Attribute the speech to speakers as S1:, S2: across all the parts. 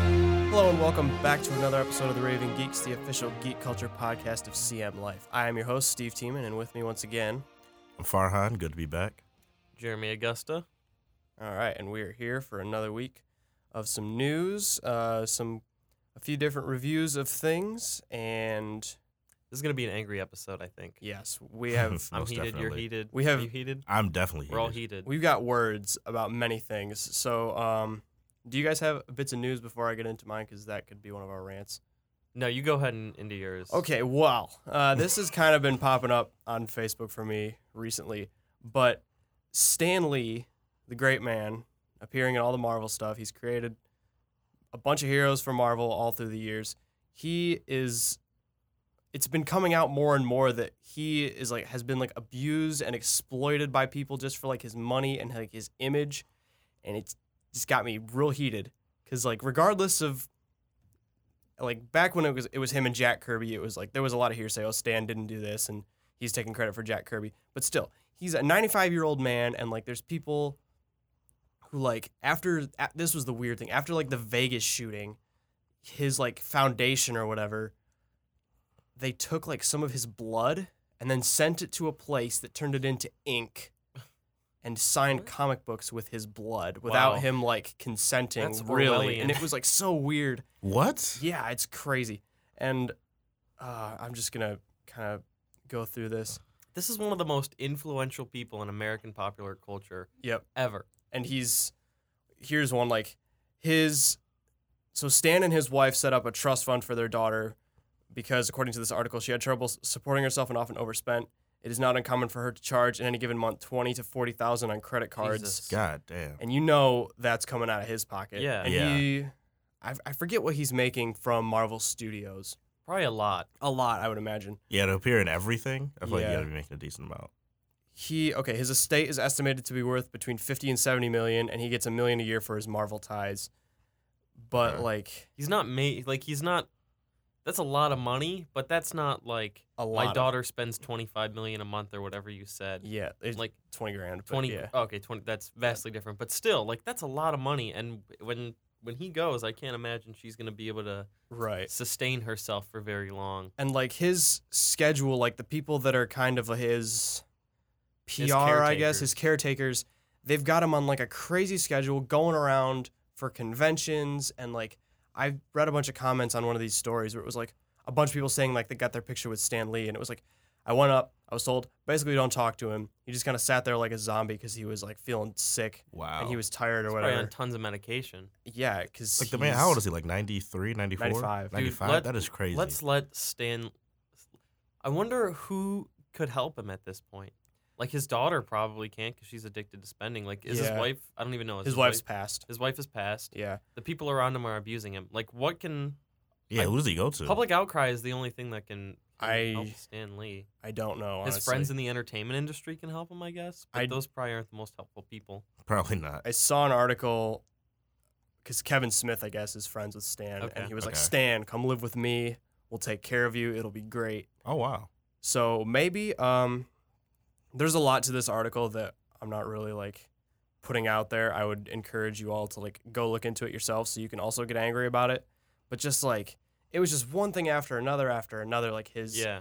S1: Hello and welcome back to another episode of the Raving Geeks, the official geek culture podcast of CM Life. I am your host, Steve Tiemann, and with me once again.
S2: Farhan, good to be back.
S3: Jeremy Augusta.
S1: All right, and we are here for another week of some news, uh, some a few different reviews of things, and
S3: This is gonna be an angry episode, I think.
S1: yes, we have
S3: I'm
S2: Most
S3: heated. You're
S2: definitely.
S3: heated.
S1: We have-
S3: Are you heated.
S2: I'm definitely
S3: We're all
S2: heated.
S3: heated.
S1: we've got words about many things. So, um, do you guys have bits of news before I get into mine? Because that could be one of our rants.
S3: no, you go ahead and into yours.
S1: Okay, well, uh, this has kind of been popping up on Facebook for me recently, but Stan Lee, the great man, appearing in all the Marvel stuff, he's created a bunch of heroes for Marvel all through the years. He is. It's been coming out more and more that he is like has been like abused and exploited by people just for like his money and like his image, and it's just got me real heated because like regardless of like back when it was it was him and Jack Kirby, it was like there was a lot of hearsay. Oh, Stan didn't do this, and he's taking credit for Jack Kirby. But still, he's a 95 year old man, and like there's people who like after a- this was the weird thing after like the Vegas shooting, his like foundation or whatever, they took like some of his blood and then sent it to a place that turned it into ink. And signed
S3: What?
S1: comic books with his blood without
S3: Wow.
S1: him like consenting,
S3: That's
S1: really. And
S3: Orwellian.
S1: it was like so weird.
S2: What?
S1: Yeah, it's crazy. And uh, I'm just going to kind of go through this.
S3: This is one of the most influential people in American popular culture
S1: Yep.
S3: ever.
S1: And he's, here's one like his, so Stan and his wife set up a trust fund for their daughter because, according to this article, she had trouble s- supporting herself and often overspent. It is not uncommon for her to charge in any given month 20 to 40,000 on credit cards.
S3: Jesus.
S2: God damn.
S1: and you know that's coming out of his pocket.
S3: Yeah.
S1: and
S2: Yeah.
S1: he, I, I forget what he's making from Marvel Studios.
S3: Probably a lot.
S1: A lot, I would imagine.
S2: Yeah, to appear in everything, I feel like
S1: Yeah.
S2: you gotta be making a decent amount.
S1: he okay his estate is estimated to be worth between 50 and 70 million and he gets a million a year for his marvel ties but
S2: Yeah.
S1: like
S3: He's not made like he's not. That's a lot of money, but that's not like
S1: a lot
S3: my
S1: of-
S3: daughter spends twenty five million a month or whatever you said.
S1: yeah it's like
S3: Like
S1: 20 grand but
S3: twenty.
S1: yeah
S3: Okay, twenty. That's vastly different, but still, like that's a lot of money. And when when he goes, I can't imagine she's gonna be able to
S1: right
S3: sustain herself for very long.
S1: and like his schedule like the people that are kind of his pr
S3: His
S1: i guess
S3: caretakers.
S1: his caretakers they've got him on like a crazy schedule going around for conventions and like i read a bunch of comments on one of these stories where it was like a bunch of people saying like they got their picture with stan lee and it was like i went up i was told basically don't talk to him he just kind of sat there like a zombie because he was like feeling sick
S2: Wow.
S1: and he was tired or
S3: He's probably on
S1: whatever
S3: tons of medication.
S1: yeah because
S2: like the man, how old is he? Like 93, 94?
S1: 95. Dude,
S2: 95?
S3: let-
S2: that is crazy.
S3: Let's let Stan. I wonder who could help him at this point. Like his daughter probably can't because she's addicted to spending. Like is
S1: Yeah.
S3: his wife? I don't even know. Is
S1: his wife's passed
S3: Wife, his wife is passed.
S1: yeah
S3: The people around him are abusing him. Like what can
S2: yeah, who does he go to?
S3: public outcry is the only thing that can. can
S1: I-
S3: help Stan Lee.
S1: i don't know
S3: His
S1: honestly.
S3: friends in the entertainment industry can help him, I guess. But
S1: I-
S3: those probably aren't the most helpful people.
S2: Probably not.
S1: I saw an article because Kevin Smith, I guess, is friends with Stan,
S3: Okay.
S1: and he was like,
S2: Okay.
S1: "Stan, come live with me. We'll take care of you. It'll be great."
S2: Oh, wow.
S1: So maybe um, there's a lot to this article that I'm not really like putting out there. I would encourage you all to like go look into it yourself, so you can also get angry about it. But just like it was just one thing after another after another, like his
S3: Yeah,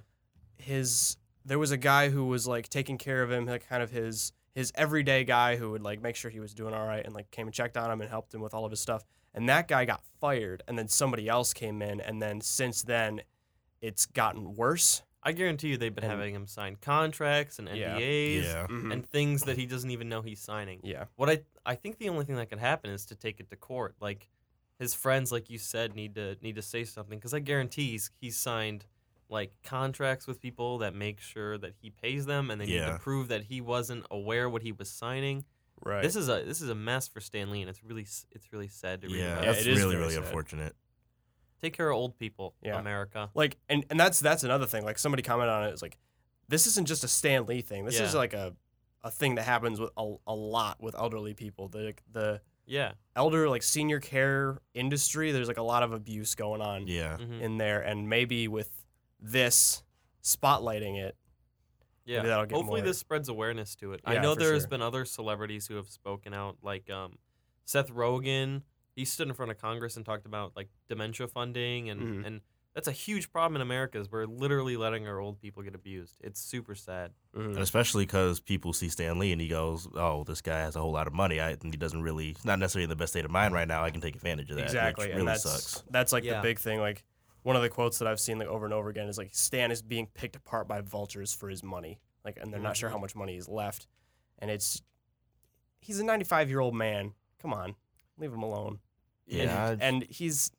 S1: his there was a guy who was like taking care of him, like kind of his his everyday guy who would like make sure he was doing all right and like came and checked on him and helped him with all of his stuff. And that guy got fired and then somebody else came in and then since then it's gotten worse.
S3: I guarantee you they've been
S1: And-
S3: having him sign contracts and
S1: Yeah.
S3: NDAs
S2: Yeah.
S1: Mhm.
S3: and things that he doesn't even know he's signing.
S1: yeah.
S3: What I I think the only thing that could happen is to take it to court. Like his friends, like you said, need to need to say something because I guarantee he's, he's signed like contracts with people that make sure that he pays them, and they need
S2: Yeah.
S3: to prove that he wasn't aware what he was signing.
S1: Right.
S3: This is a this is a mess for Stanley, and it's really s- it's really sad to read.
S2: Yeah,
S3: about.
S1: Yeah,
S2: that's
S1: it is
S2: really,
S1: very
S2: really
S1: sad.
S2: unfortunate.
S3: Take care of old people,
S1: Yeah.
S3: America.
S1: like and, and that's that's another thing. Like somebody commented on it, it's like this isn't just a Stan Lee thing. This is
S3: Yeah.
S1: like a a thing that happens with a, a lot with elderly people. The the
S3: Yeah.
S1: elder like senior care industry, there's like a lot of abuse going on.
S2: Yeah.
S3: hmm
S1: in there, and maybe with this spotlighting it,
S3: Yeah.
S1: Maybe that'll get
S3: Hopefully
S1: more-
S3: this spreads awareness to it.
S1: Yeah,
S3: I know
S1: for
S3: there has
S1: sure.
S3: been other celebrities who have spoken out, like um, Seth Rogen he stood in front of Congress and talked about like dementia funding and
S1: Mhm.
S3: and that's a huge problem in America is we're literally letting our old people get abused. It's super sad.
S2: And especially because people see Stan Lee and he goes, "Oh, this guy has a whole lot of money. I, he doesn't really. He's not necessarily in the best state of mind right now. I can take advantage of that.
S1: exactly,
S2: Which
S1: and
S2: really
S1: that's
S2: sucks.
S1: that's like
S3: Yeah.
S1: the big thing. Like one of the quotes that I've seen like over and over again is like Stan is being picked apart by vultures for his money, like, and they're not sure how much money is left, and it's he's a 95 year old man. Come on, leave him alone.
S2: Yeah, I-
S1: and he's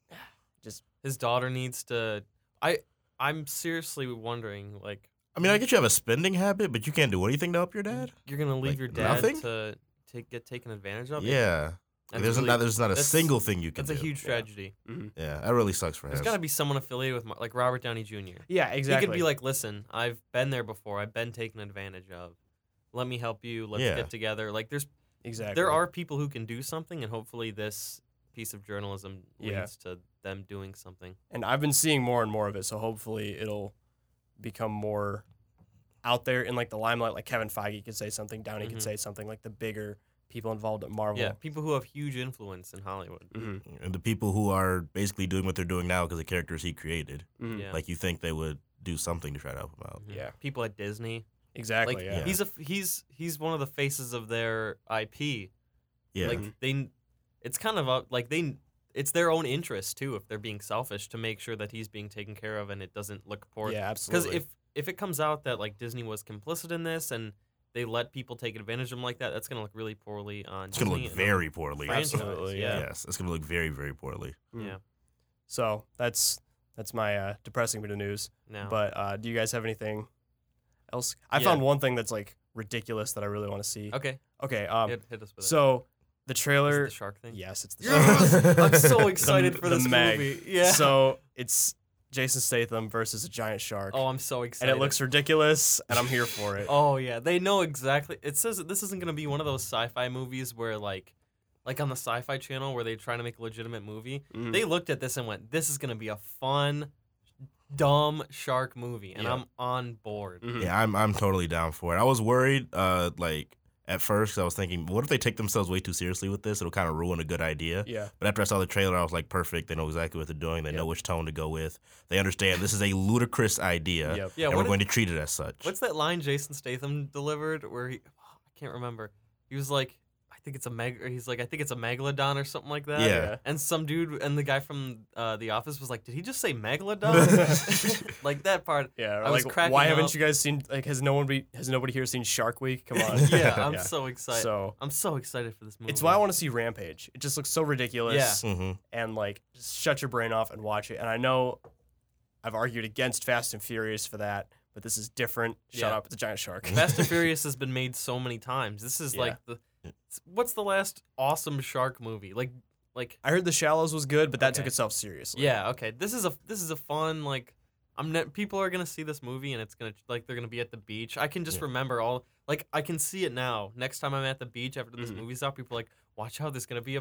S3: His daughter needs to. I I'm seriously wondering like
S2: I mean, I get you have a spending habit, but you can't do anything to help your dad.
S3: you're gonna leave
S2: Like,
S3: your dad
S2: nothing?
S3: to take get taken advantage of.
S2: Yeah,
S3: That's
S2: there's
S3: really-
S2: not there's not a
S3: that's-
S2: single thing you can.
S3: that's a
S2: do.
S3: huge
S1: Yeah.
S3: tragedy.
S2: Yeah, that really sucks for
S3: There's
S2: him.
S3: got to be someone affiliated with Mar- like Robert Downey Jr.
S1: yeah, exactly.
S3: He could be like, listen, I've been there before. I've been taken advantage of. Let me help you. Let's
S2: Yeah.
S3: get together. Like, there's
S1: exactly.
S3: there are people who can do something, and hopefully, this piece of journalism
S1: Yeah.
S3: leads to them doing something.
S1: and I've been seeing more and more of it. So hopefully it'll become more out there in like the limelight. Like Kevin Feige could say something, Downey
S3: Mhm.
S1: could say something. Like the bigger people involved at Marvel.
S3: Yeah, people who have huge influence in Hollywood.
S1: Mhm.
S2: and the people who are basically doing what they're doing now because the characters he created.
S1: Mhm.
S3: Yeah.
S2: Like you think they would do something to try to help him out.
S3: Mhm.
S1: oh, Yeah.
S3: people at Disney.
S1: Exactly.
S3: like
S1: yeah.
S3: he's a f- he's he's one of the faces of their IP.
S2: Yeah,
S1: Mm-hmm.
S3: Like they, it's kind of a, like they, it's their own interest too if they're being selfish to make sure that he's being taken care of and it doesn't look poor.
S1: yeah,
S3: Because
S1: absolutely.
S3: if if it comes out that like Disney was complicit in this and they let people take advantage of him like that, that's gonna look really poorly on.
S2: it's gonna
S3: Disney
S2: look
S3: and on-
S2: very poorly.
S3: franchise,
S1: Absolutely, yeah.
S2: Yes, it's gonna look very very poorly.
S3: yeah.
S1: Mm. so that's that's my uh, depressing bit of news.
S3: No.
S1: But uh, do you guys have anything else? I
S3: Oh. Yeah.
S1: found one thing that's like ridiculous that I really want to see.
S3: okay,
S1: Okay. Um.
S3: hit, hit us with it.
S1: so the
S3: Is it
S1: trailer.
S3: the shark thing.
S1: Yes, it's the.
S3: Yes! I'm so
S2: The-
S3: excited
S1: the
S3: for this
S1: Meg.
S3: movie. Yeah.
S1: So it's Jason Statham versus a giant shark.
S3: oh, I'm so
S1: and
S3: excited.
S1: it looks ridiculous, and I'm here for it.
S3: Oh yeah, they know exactly. It says that this isn't gonna be one of those sci-fi movies where like, like on the Sci-Fi Channel where they try to make a legitimate movie.
S1: Mhm.
S3: They looked at this and went, "This is gonna be a fun, dumb shark movie," and
S1: Yeah.
S3: I'm on board.
S1: Mhm.
S2: Yeah, I'm I'm totally down for it. I was worried, uh, like at first 'cause I was thinking, what if they take themselves way too seriously with this? It'll kind of ruin a good idea.
S1: Yeah.
S2: But after I saw the trailer, I was like, perfect. They know exactly what they're doing. They know which tone to go with. They understand this is a ludicrous idea,
S1: Yep.
S3: Yeah,
S2: and
S3: what
S2: we're
S3: did-
S2: going to treat it as such.
S3: What's that line Jason Statham delivered where he oh, I can't remember. He was like, I think it's a meg or he's like, I think it's a megalodon or something like that.
S2: Yeah.
S3: And some dude and the guy from uh, the office was like, Did he just say megalodon? like that part.
S1: Yeah.
S3: I was
S1: like,
S3: cracking
S1: why
S3: up.
S1: haven't you guys seen? Like, has no one be? Has nobody here seen Shark Week? Come on.
S3: Yeah, I'm
S1: Yeah.
S3: so excited.
S1: So
S3: I'm so excited for this movie.
S1: it's why I want to see Rampage. It just looks so ridiculous,
S2: hmm
S1: and like, just shut your brain off and watch it. And I know, I've argued against Fast and Furious for that, but this is different. Shut
S3: Yeah.
S1: up! It's a giant shark.
S3: Fast and Furious has been made so many times. This is
S1: Yeah.
S3: like the what's the last awesome shark movie? Like like
S1: I heard The Shallows was good, but that took
S3: Okay.
S1: itself seriously.
S3: Yeah, okay. This is a this is a fun like I'm ne- people are going to see this movie and it's going to like they're going to be at the beach. I can just
S2: Yeah.
S3: remember all like I can see it now. Next time I'm at the beach after this
S2: Mm-hmm.
S1: Mhm.
S3: movie's out, people are like watch out there's going to be a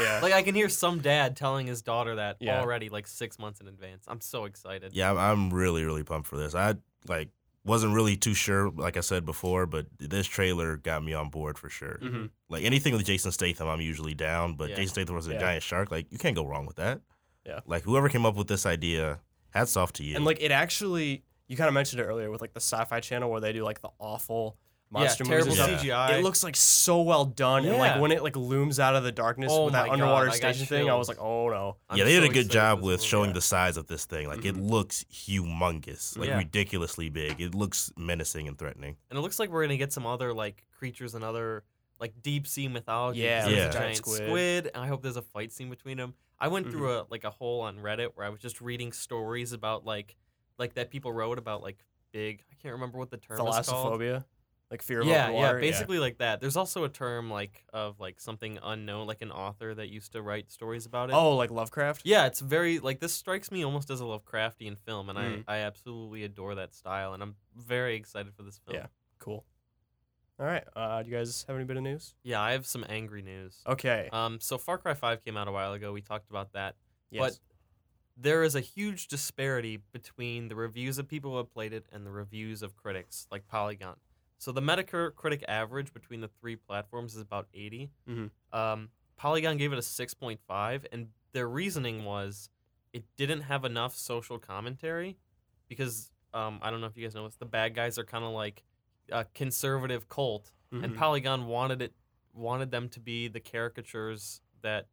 S1: Yeah.
S3: Like I can hear some dad telling his daughter that
S1: Yeah.
S3: already like 6 months in advance. I'm so excited.
S2: Yeah, I'm, I'm really really pumped for this. I like wasn't really too sure, like I said before, but this trailer got me on board for sure.
S1: Mhm.
S2: Like anything with Jason Statham, I'm usually down. But
S3: Mm. Yeah.
S2: Jason Statham was a
S1: Yeah.
S2: giant shark. Like you can't go wrong with that.
S1: Yeah.
S2: Like whoever came up with this idea, hats off to you.
S1: And like it actually, you kind of mentioned it earlier with like the Sci-Fi Channel where they do like the awful monster
S3: yeah,
S1: movies.
S3: terrible
S1: and stuff.
S2: stuff.
S3: CGI.
S1: It looks like so well done, and
S3: Yeah.
S1: like when it like looms out of the darkness
S3: Oh
S1: with that
S3: my
S1: underwater
S3: God, I got
S1: station thing, I was
S3: chills.
S1: like, oh no.
S3: I'm
S2: yeah, they
S3: so
S2: did a good
S3: excited
S2: job
S3: for this
S2: with
S3: movie.
S2: showing the size of this thing. Like it
S1: Mhm.
S2: looks humongous, like
S3: Yeah.
S2: ridiculously big. It looks menacing and threatening.
S3: And it looks like we're gonna get some other like creatures and other like deep sea mythology.
S1: Yeah,
S3: There's
S2: Yeah.
S3: a giant
S1: giant
S3: squid.
S1: squid.
S3: and I hope there's a fight scene between them. I went through a like a hole on Reddit where I was just reading stories about like like that people wrote about like big. I can't remember what the term is called.
S1: Thalassophobia, like fear of
S3: yeah,
S1: open
S3: yeah,
S1: water.
S3: basically like that. There's also a term like of like something unknown, like an author that used to write stories about it.
S1: Oh, like Lovecraft.
S3: Yeah, it's very like this strikes me almost as a Lovecraftian film, and I, I absolutely adore that style, and I'm very excited for this film.
S1: Yeah. Cool. All right. Uh, do you guys have any bit of news?
S3: yeah I have some angry news.
S1: Okay.
S3: Um, so Far Cry 5 came out a while ago. We talked about that.
S1: yes.
S3: There is a huge disparity between the reviews of people who have played it and the reviews of critics, like Polygon. So the Metacritic average between the three platforms is about 80.
S1: Mhm.
S3: Um, Polygon gave it a 6.5, and their reasoning was it didn't have enough social commentary because um, I don't know if you guys know this, the bad guys are kind of like a conservative cult, and
S1: Mhm.
S3: Polygon wanted it wanted them to be the caricatures that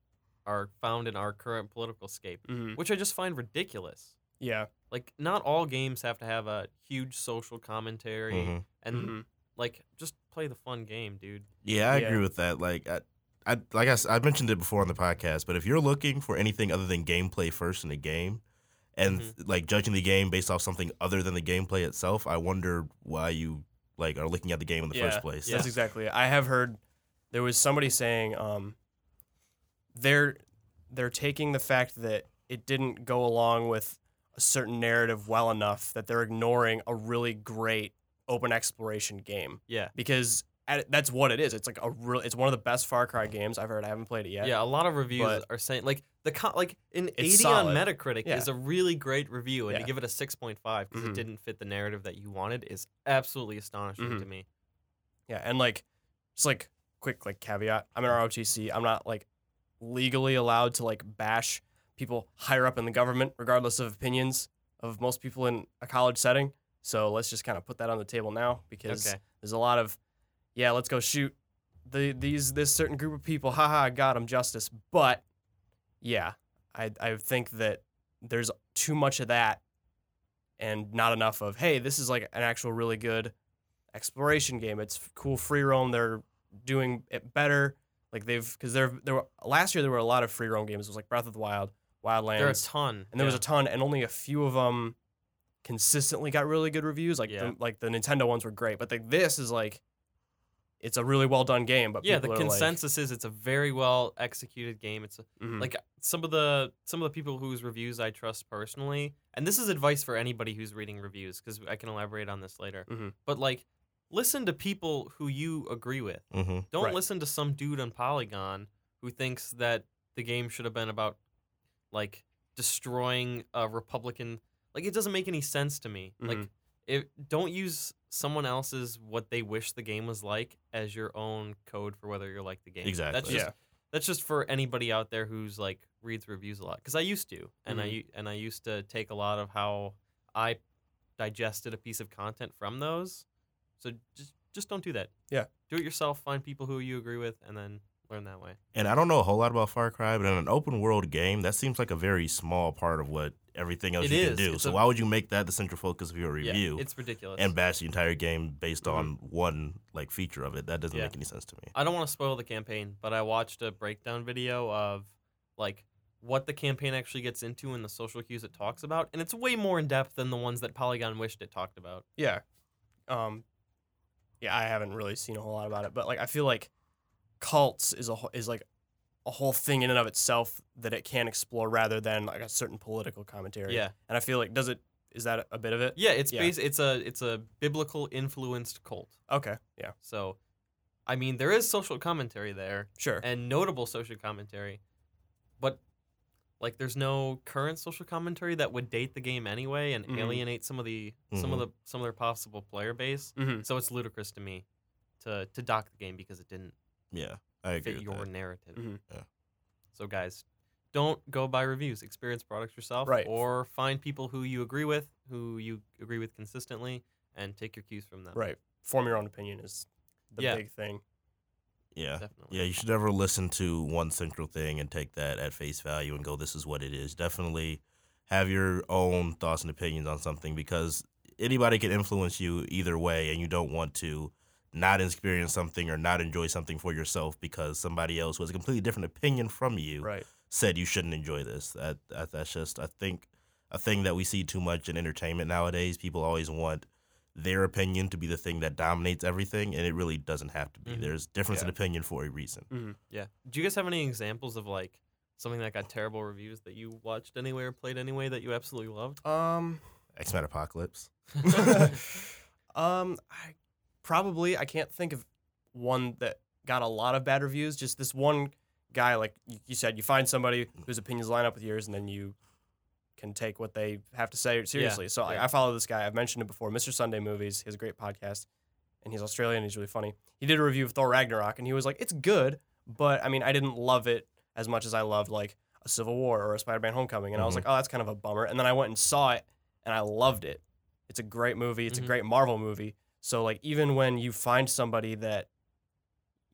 S3: are found in our current political scape,
S1: Mhm.
S3: which I just find ridiculous.
S1: Yeah.
S3: Like, not all games have to have a huge social commentary,
S2: Mhm.
S3: and
S1: Mhm.
S3: like just play the fun game, dude.
S2: Yeah, I
S1: Yeah.
S2: agree with that. Like, I, I like I, s- I mentioned it before on the podcast, but if you're looking for anything other than gameplay first in a game, and
S3: Mm-hmm.
S2: like judging the game based off something other than the gameplay itself, I wonder why you like are looking at the game in the
S1: Yeah,
S2: first place.
S1: That's exactly it. I have heard there was somebody saying um, they're they're taking the fact that it didn't go along with a certain narrative well enough that they're ignoring a really great open exploration game
S3: Yeah.
S1: because at, that's what it is. It's like a real. It's one of the best Far Cry games I've heard. I haven't played it
S3: Yeah,
S1: yet.
S3: a lot of reviews
S1: But-
S3: are saying like the co- like an
S1: It's
S3: 80 on
S1: solid.
S3: Metacritic
S1: Yeah.
S3: is a really great review, and
S1: Yeah.
S3: to give it a 6.5 because it
S1: Mhm.
S3: didn't fit the narrative that you wanted is absolutely astonishing
S1: Mhm.
S3: to me.
S1: Yeah, and like just like quick like caveat. I'm an ROTC. I'm not like legally allowed to like bash people higher up in the government, regardless of opinions of most people in a college setting. So let's just kind of put that on the table now because
S3: Okay.
S1: there's a lot of yeah, let's go shoot the these this certain group of people. Haha, got them justice. But yeah, I I think that there's too much of that and not enough of hey, this is like an actual really good exploration game. It's f- cool free roam. They're doing it better. Like they've because there there were last year there were a lot of free roam games. It was like Breath of the Wild, Wildlands,
S3: There are a ton,
S1: and there was
S3: yeah.
S1: a ton, and only a few of them consistently got really good reviews. Like
S3: Yeah.
S1: the, like the Nintendo ones were great, but like this is like it's a really well done game. But
S3: yeah.
S1: people
S3: The
S1: are, like-
S3: consensus is it's a very well executed game. It's
S1: Mhm.
S3: like some of the some of the people whose reviews I trust personally, and this is advice for anybody who's reading reviews because I can elaborate on this later.
S1: Mhm.
S3: But like, listen to people who you agree with.
S2: hmm
S3: Don't
S1: Right.
S3: listen to some dude on Polygon who thinks that the game should have been about like destroying a Republican. Like it doesn't make any sense to me. Like
S1: Mhm.
S3: it don't use someone else's what they wish the game was like as your own code for whether you're like the game. That's
S2: Exactly.
S3: just
S1: yeah,
S3: that's just for anybody out there who's like reads reviews a lot because i used to
S2: Mm-hmm.
S3: and i u- and i used to take a lot of how i digested a piece of content from those so just just don't do that
S1: Yeah.
S3: do it yourself find people who you agree with and then learn that way
S2: And I don't know a whole lot about Far Cry, but in an open world game, that seems like a very small part of what everything else
S3: It
S2: you
S3: is.
S2: can do.
S3: It's
S2: so
S3: a-
S2: why would you make that the central focus of your
S3: Yeah,
S2: review
S3: it's ridiculous
S2: and bash the entire game based
S1: Mhm.
S2: on one like feature of it? That doesn't
S3: Yeah.
S2: make any sense to me.
S3: I don't want to spoil the campaign, but I watched a breakdown video of like what the campaign actually gets into and the social cues it talks about, and it's way more in depth than the ones that Polygon wished it talked about.
S1: yeah, um, yeah. I haven't really seen a whole lot about it, but like I feel like cults is a wh- is like a whole thing in and of itself that it can explore rather than like a certain political commentary.
S3: Yeah,
S1: and I feel like does it is that a bit of it?
S3: yeah, it's
S1: Yeah.
S3: Bas- it's a it's a biblical influenced cult.
S1: Okay. Yeah.
S3: So, I mean, there is social commentary there
S1: Sure.
S3: and notable social commentary, but like, there's no current social commentary that would date the game anyway and
S1: Mhm.
S3: alienate some of the some of the some of their possible player base.
S1: hmm
S3: So it's ludicrous to me to to dock the game because it didn't
S2: Yeah, I agree.
S3: fit
S2: with
S3: your
S2: that.
S3: narrative.
S1: Mhm.
S2: Yeah.
S3: So guys, don't go buy reviews. Experience products yourself,
S1: Right.
S3: Or find people who you agree with, who you agree with consistently, and take your cues from them.
S1: Right. Form your own opinion is the
S3: Yeah.
S1: big thing.
S2: Yeah.
S3: Definitely.
S2: Yeah, you should never listen to one central thing and take that at face value and go, this is what it is. Definitely have your own thoughts and opinions on something because anybody can influence you either way, and you don't want to not experience something or not enjoy something for yourself because somebody else who has a completely different opinion from you
S1: Right.
S2: said you shouldn't enjoy this. That, that that's just I think a thing that we see too much in entertainment nowadays. People always want their opinion to be the thing that dominates everything, and it really doesn't have to be.
S3: Mhm.
S2: There's difference in
S1: Yeah.
S2: opinion for a reason.
S3: Yeah. Do you guys have any examples of like something that got terrible reviews that you watched anyway or played anyway that you absolutely loved?
S1: Um.
S2: X Men Apocalypse.
S1: um. I probably I can't think of one that got a lot of bad reviews. Just this one guy, like you you said, you find somebody
S3: Mm.
S1: whose opinions line up with yours, and then you can take what they have to say seriously. so
S3: yeah.
S1: I, I follow this guy. I've mentioned it before. Mr. Sunday Movies. He has a great podcast, and he's Australian. He's really funny. He did a review of Thor Ragnarok, and he was like, "It's good, But I mean, I didn't love it as much as I loved like a Civil War or a Spider-Man: Homecoming, and I was
S2: Mhm.
S3: Mm-hmm.
S1: like, oh, that's kind of a bummer. And then I went and saw it, and I loved it. It's a great movie. It's
S3: Mhm.
S1: a great Marvel movie. So like, even when you find somebody that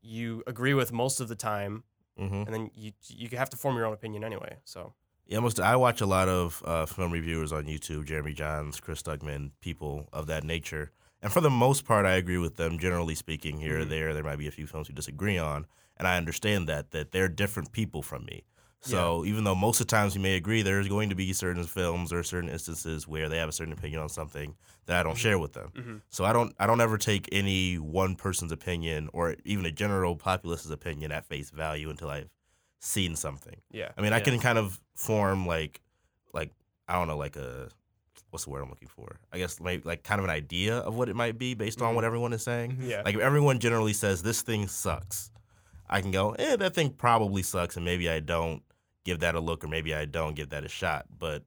S1: you agree with most of the time,
S2: hmm
S1: and then you you have to form your own opinion anyway. So
S2: Yeah, most I watch a lot of uh, film reviewers on YouTube, Jeremy Johns, Chris Dugman, people of that nature. And for the most part, I agree with them. Generally speaking, here or
S1: Mhm.
S2: there, there might be a few films we disagree on, and I understand that that they're different people from me. So even though most of the times we may agree, there's going to be certain films or certain instances where they have a certain opinion on something that I don't
S1: Mhm.
S2: share with them. So I don't I don't ever take any one person's opinion or even a general populace's opinion at face value until I've seen something.
S1: yeah,
S2: I mean, I
S3: Yeah.
S2: can kind of form like, like I don't know, like a what's the word I'm looking for? I guess like, like kind of an idea of what it might be based on
S1: Mhm.
S2: what everyone is saying.
S1: yeah,
S2: Like if everyone generally says this thing sucks, I can go, eh, that thing probably sucks, and maybe I don't give that a look, or maybe I don't give that a shot. But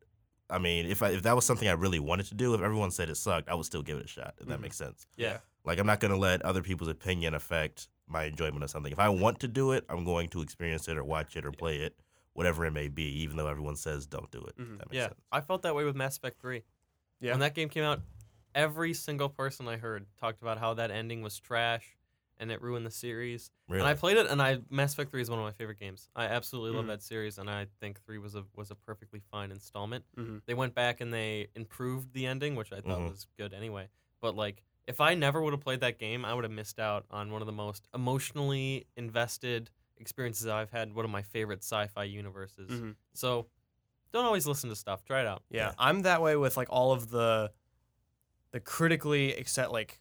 S2: I mean, if I, if that was something I really wanted to do, if everyone said it sucked, I would still give it a shot. If that
S1: Mhm.
S2: makes sense.
S3: Mm-hmm. Yeah.
S2: Like I'm not gonna let other people's opinion affect my enjoyment of something. If I want to do it, I'm going to experience it or watch it or play it, whatever it may be, even though everyone says don't do it.
S1: Mhm.
S2: That makes
S3: Mm-hmm. Yeah,
S2: sense.
S3: I felt that way with Mass Effect 3.
S1: Yeah.
S3: When that game came out, every single person I heard talked about how that ending was trash and it ruined the series.
S2: Really.
S3: And I played it, and I Mass Effect Three is one of my favorite games. I absolutely love
S1: Mhm.
S3: that series, and I think Three was a was a perfectly fine installment.
S1: Mhm.
S3: They went back and they improved the ending, which I thought
S2: Mhm.
S3: was good anyway. But like, if I never would have played that game, I would have missed out on one of the most emotionally invested experiences I've had. One of my favorite sci-fi universes.
S1: Mhm.
S3: So, don't always listen to stuff. Try it out.
S1: Yeah,
S2: Yeah.
S1: I'm that way with like all of the the critically except like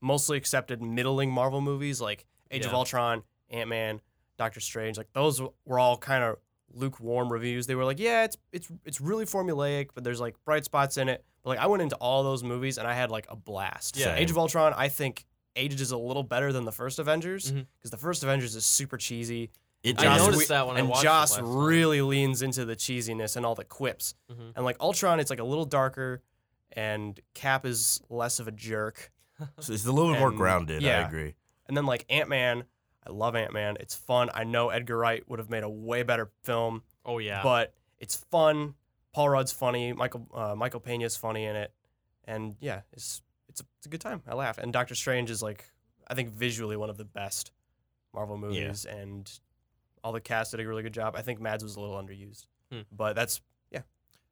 S1: mostly accepted middling Marvel movies like Age of
S3: Yeah.
S1: Ultron, Ant Man, Doctor Strange. Like those w- were all kind of lukewarm reviews. They were like, yeah, it's it's it's really formulaic, but there's like bright spots in it. But like I went into all those movies and I had like a blast.
S3: Yeah.
S1: Age of Ultron, I think aged is a little better than the first Avengers because
S3: Mhm.
S1: the first Avengers is super cheesy
S2: it
S3: I
S1: Joss
S2: just-
S3: noticed
S1: Whe-
S3: that when I
S1: and
S3: watched
S1: Joss
S3: it last time.
S1: really leans into the cheesiness and all the quips.
S3: Mhm.
S1: And like Ultron, it's like a little darker, and Cap is less of a jerk.
S2: so it's a little bit more
S1: and-
S2: grounded. I
S1: yeah.
S2: agree.
S1: And then like Ant Man, I love Ant Man. It's fun. I know Edgar Wright would have made a way better film,
S3: Oh yeah.
S1: but it's fun. Paul Rudd's funny. Michael uh, Michael Pena's funny in it, and yeah, it's it's a, it's a good time. I laugh. And Doctor Strange is like I think visually one of the best Marvel movies, and all the cast did a really good job. I think Mads was a little underused,
S3: Hmm.
S1: but that's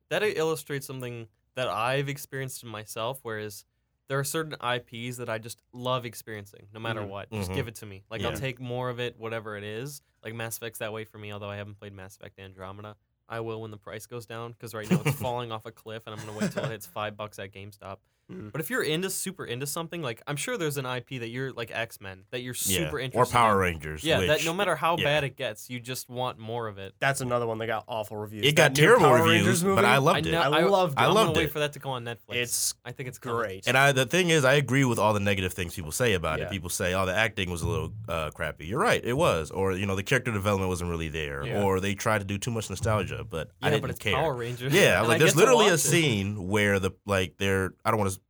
S3: that it illustrates something that I've experienced in myself, whereas there are certain IPs that I just love experiencing, no matter
S1: Mhm.
S3: what. Just
S2: Mhm.
S3: give it to me. Like
S2: Yeah.
S3: I'll take more of it, whatever it is. Like Mass Effect's that way for me, although I haven't played Mass Effect Andromeda. I will when the price goes down because right now it's falling off a cliff, and I'm gonna wait till it hits five bucks at
S2: Mm.
S3: GameStop.
S1: Mhm.
S3: But if you're into super into something, like I'm sure there's an IP that you're like X Men that you're super
S2: yeah.
S3: interested
S2: Or Power
S3: in.
S2: Rangers.
S3: Yeah, that
S2: which-
S3: no matter how
S2: yeah.
S3: bad it gets, you just want more of it.
S1: that's another one that got awful reviews.
S2: It
S1: That
S2: got
S1: new
S2: terrible
S1: Power
S2: reviews,
S1: Rangers movie,
S2: but I loved it.
S3: know-
S1: I loved
S2: it. I
S3: I'm
S2: loved
S3: gonna wait
S2: it.
S3: for that to go on Netflix.
S1: It's
S3: I think it's coming.
S1: great.
S2: And I, the thing is, I agree with all the negative things people say about
S1: Yeah.
S2: it. People say, "Oh, the acting was a little uh, crappy." You're right, it was. Or you know, the character development wasn't really there.
S1: Yeah.
S2: Or they tried to do too much nostalgia, but
S3: Yeah,
S2: I didn't
S3: but it's
S2: care.
S3: Power Rangers.
S2: Yeah, I
S3: And
S2: was like,
S3: get
S2: there's
S3: to
S2: literally
S3: watch
S2: a
S3: it.
S2: scene where the like they're. I don't want to.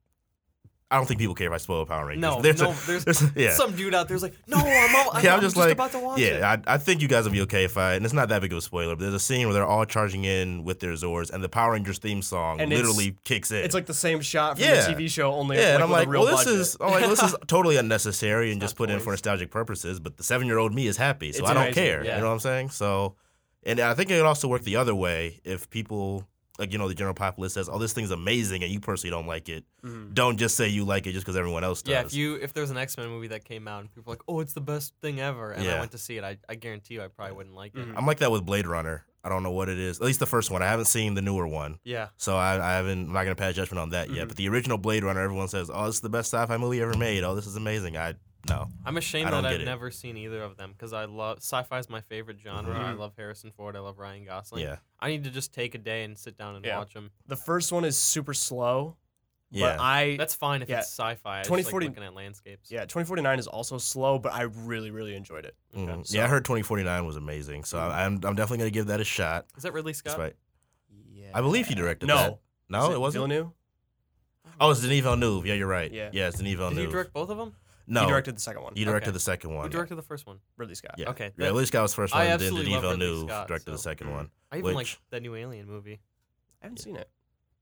S2: I don't think people care if I spoil Power Rangers.
S3: No,
S2: there's a-
S3: no, there's
S2: there's a- yeah.
S3: some dude out there's like, no, I'm, all, I'm,
S2: Yeah, I'm
S3: I'm
S2: just
S3: just,
S2: like,
S3: about to watch it.
S2: Yeah, I, I think you guys will be okay if I. And it's not that big of a spoiler, but there's a scene where they're all charging in with their Zords, and the Power Rangers theme song
S1: And it's-
S2: literally kicks in.
S1: It's like the same shot from
S2: Yeah.
S1: the TV show, only
S2: Yeah,
S1: like,
S2: and I'm
S1: with
S2: like,
S1: a real
S2: well, this
S1: budget.
S2: is I'm like, this is totally unnecessary and
S3: It's
S2: just
S3: not
S2: put in for
S3: toys.
S2: nostalgic purposes. But the seven year old me is happy, so
S1: It's
S2: I don't
S1: amazing,
S2: care.
S3: yeah.
S2: You know what I'm saying? So, and I think it could also work the other way if people like you know the general populace says, "Oh, this thing's amazing," and you personally don't like it.
S1: Mhm.
S2: Don't just say you like it just because everyone else does.
S3: Yeah, if you if there's an X Men movie that came out and people are like, oh, it's the best thing ever, and I
S2: Yeah. Mm-hmm.
S3: went to see it, I, I guarantee you I probably wouldn't like it.
S1: Mhm.
S2: I'm like that with Blade Runner. I don't know what it is. At least the first one. I haven't seen the newer one.
S3: Yeah,
S2: So I, I haven't. I'm not gonna pass judgment on that yet.
S1: Mhm.
S2: But the original Blade Runner, everyone says, "Oh, this is the best sci-fi movie ever made. Oh, this is amazing." I no.
S3: I'm ashamed
S2: I
S3: that
S2: don't
S3: I've
S2: get it.
S3: never seen either of them because I love sci-fi is my favorite genre. I
S1: Mhm.
S3: love Harrison Ford. I love Ryan Gosling.
S2: Mm-hmm. Yeah.
S3: I need to just take a day and sit down and
S1: Yeah.
S3: watch them.
S1: the first one is super slow,
S2: Yeah.
S1: but I
S3: That's fine if
S1: Yeah.
S3: it's sci-fi. I just like
S1: 2040
S3: looking at landscapes.
S1: yeah, 2049 is also slow, but I really really enjoyed it.
S2: Mhm.
S1: Okay,
S2: Yeah, I
S1: so-
S2: heard 2049 was amazing, so I- I'm, I'm definitely gonna give that a shot.
S3: Is that Ridley Scott?
S2: Despite,
S1: Yeah,
S2: I believe he directed
S1: No,
S2: that. No,
S1: Is
S2: it wasn't.
S1: Villeneuve?
S2: Oh, it's Denis Villeneuve. Yeah, you're right.
S1: Yeah.
S2: yeah, it's Denis
S3: Did
S2: Villeneuve.
S3: he direct both of them?
S2: No,
S1: He directed the second one.
S2: You directed
S3: Okay.
S2: the second one.
S3: Who directed the first one?
S1: Ridley Scott.
S2: Yeah.
S3: Okay,
S2: Yeah,
S3: that-
S2: Ridley Scott was first
S3: I
S2: one. Then
S3: absolutely
S2: Denis
S3: love Ridley
S2: Villeneuve
S3: Scott,
S2: directed the
S3: so-
S2: second
S1: Mhm.
S2: one.
S3: I even like
S2: Which-
S3: that new Alien movie.
S1: I haven't
S2: Yeah.
S1: seen it.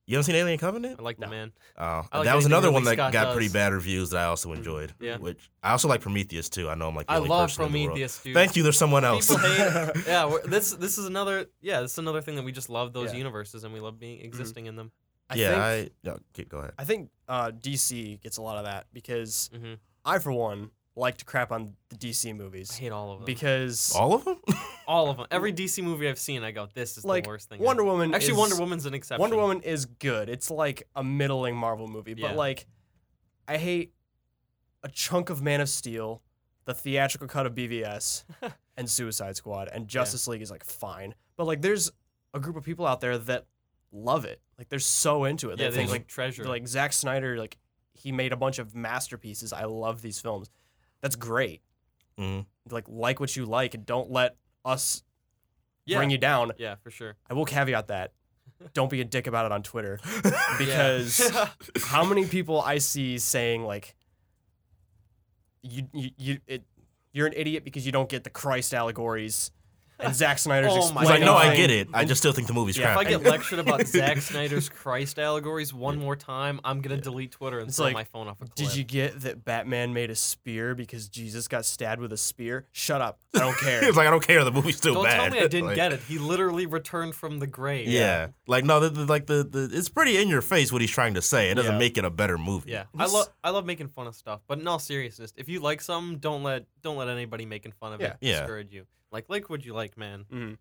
S2: You haven't seen Alien Covenant?
S3: I like
S1: No.
S3: the man.
S2: Oh,
S3: I like
S2: that was
S3: anything
S2: another
S3: Ridley
S2: one that
S3: Scott
S2: got
S3: does.
S2: pretty bad reviews that I also enjoyed.
S3: Yeah.
S2: Which I also like Prometheus too. I know I'm like the
S3: I
S2: only
S3: love
S2: person in the world.
S3: Prometheus, dude.
S2: Thank you. There's someone else.
S3: People hate- yeah, we're, this this is another yeah, this is another thing that we just love those
S1: Yeah. Mm-hmm.
S3: universes and we love being existing in them.
S1: I
S2: yeah,
S1: think,
S2: I no, keep go ahead.
S1: I think uh, DC gets a lot of that because
S3: hmm
S1: I, for one, like to crap on the DC
S3: I
S1: movies
S3: hate all of them.
S1: because
S2: All of them?
S3: all of them. Every DC movie I've seen, I go, this is
S1: Like,
S3: the worst thing.
S1: Wonder
S3: ever."
S1: Woman.
S3: Actually,
S1: is-
S3: Wonder Woman's an exception.
S1: Wonder Woman is good. It's like a middling Marvel movie, but
S3: Yeah.
S1: like, I hate a chunk of Man of Steel, the theatrical cut of BVS, and Suicide Squad, and Justice League is like fine. But like, there's a group of people out there that love it. Like, they're so into it.
S3: Yeah,
S1: they
S3: they
S1: think
S3: just
S1: like
S3: like treasure.
S1: like Zack Snyder, like he made a bunch of masterpieces. I love these films. That's great.
S2: Mhm.
S1: Like like what you like, and don't let us
S3: yeah.
S1: bring you down.
S3: yeah, for sure.
S1: I will caveat that. Don't be a dick about it on Twitter
S3: Yeah.
S1: because how many people I see saying like you you, you it you're an idiot because you don't get the Christ allegories and Zack Snyder's
S3: Oh my
S2: It's like,
S1: explaining
S2: no, I
S1: things.
S2: get it. I just still think the movie's
S1: Yeah,
S2: crap.
S3: if I get
S2: And-
S3: lectured about Zack Snyder's Christ allegories one more time, I'm gonna delete Twitter and
S1: It's
S3: throw
S1: like,
S3: my phone off a cliff.
S1: Did you get that Batman made a spear because Jesus got stabbed with a spear? Shut up. I don't care.
S2: it's like I don't care. The movie's still
S3: Don't
S2: bad.
S3: tell me I didn't
S2: Like,
S3: get it. He literally returned from the grave.
S2: Yeah. like no, the, the, like the, the it's pretty in your face what he's trying to say. It doesn't
S1: Yeah.
S2: make it a better movie.
S3: Yeah, I love I love making fun of stuff, but in all seriousness, if you like something, don't let don't let anybody making fun of
S1: Yeah.
S3: it
S2: Yeah.
S3: discourage you. Like like would you like, man?
S1: Mm.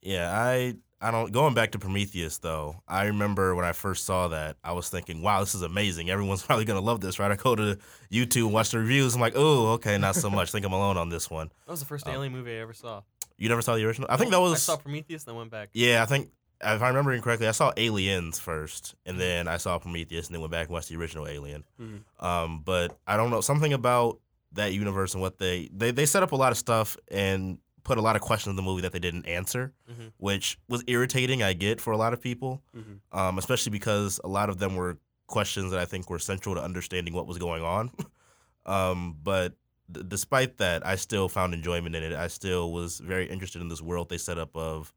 S2: Yeah, I I don't going back to Prometheus though. I remember when I first saw that, I was thinking, "Wow, this is amazing. Everyone's probably gonna love this, right?" I go to YouTube and watch the reviews. I'm like, "Oh, okay, not so much. think I'm alone on this one."
S3: That was the first
S2: Um,
S3: alien movie I ever saw.
S2: You never saw the original? I think that
S3: I
S2: was
S3: saw Prometheus, then went back.
S2: yeah. I think if I remember incorrectly, I saw Aliens first, and then I saw Prometheus, and then went back and watched the original Alien.
S1: Mhm.
S2: Um, but I don't know something about that universe and what they they they set up a lot of stuff and put a lot of questions in the movie that they didn't answer,
S3: Mhm.
S2: which was irritating. I get for a lot of people,
S1: Mhm.
S2: um, especially because a lot of them were questions that I think were central to understanding what was going on. um, but d- despite that, I still found enjoyment in it. I still was very interested in this world they set up of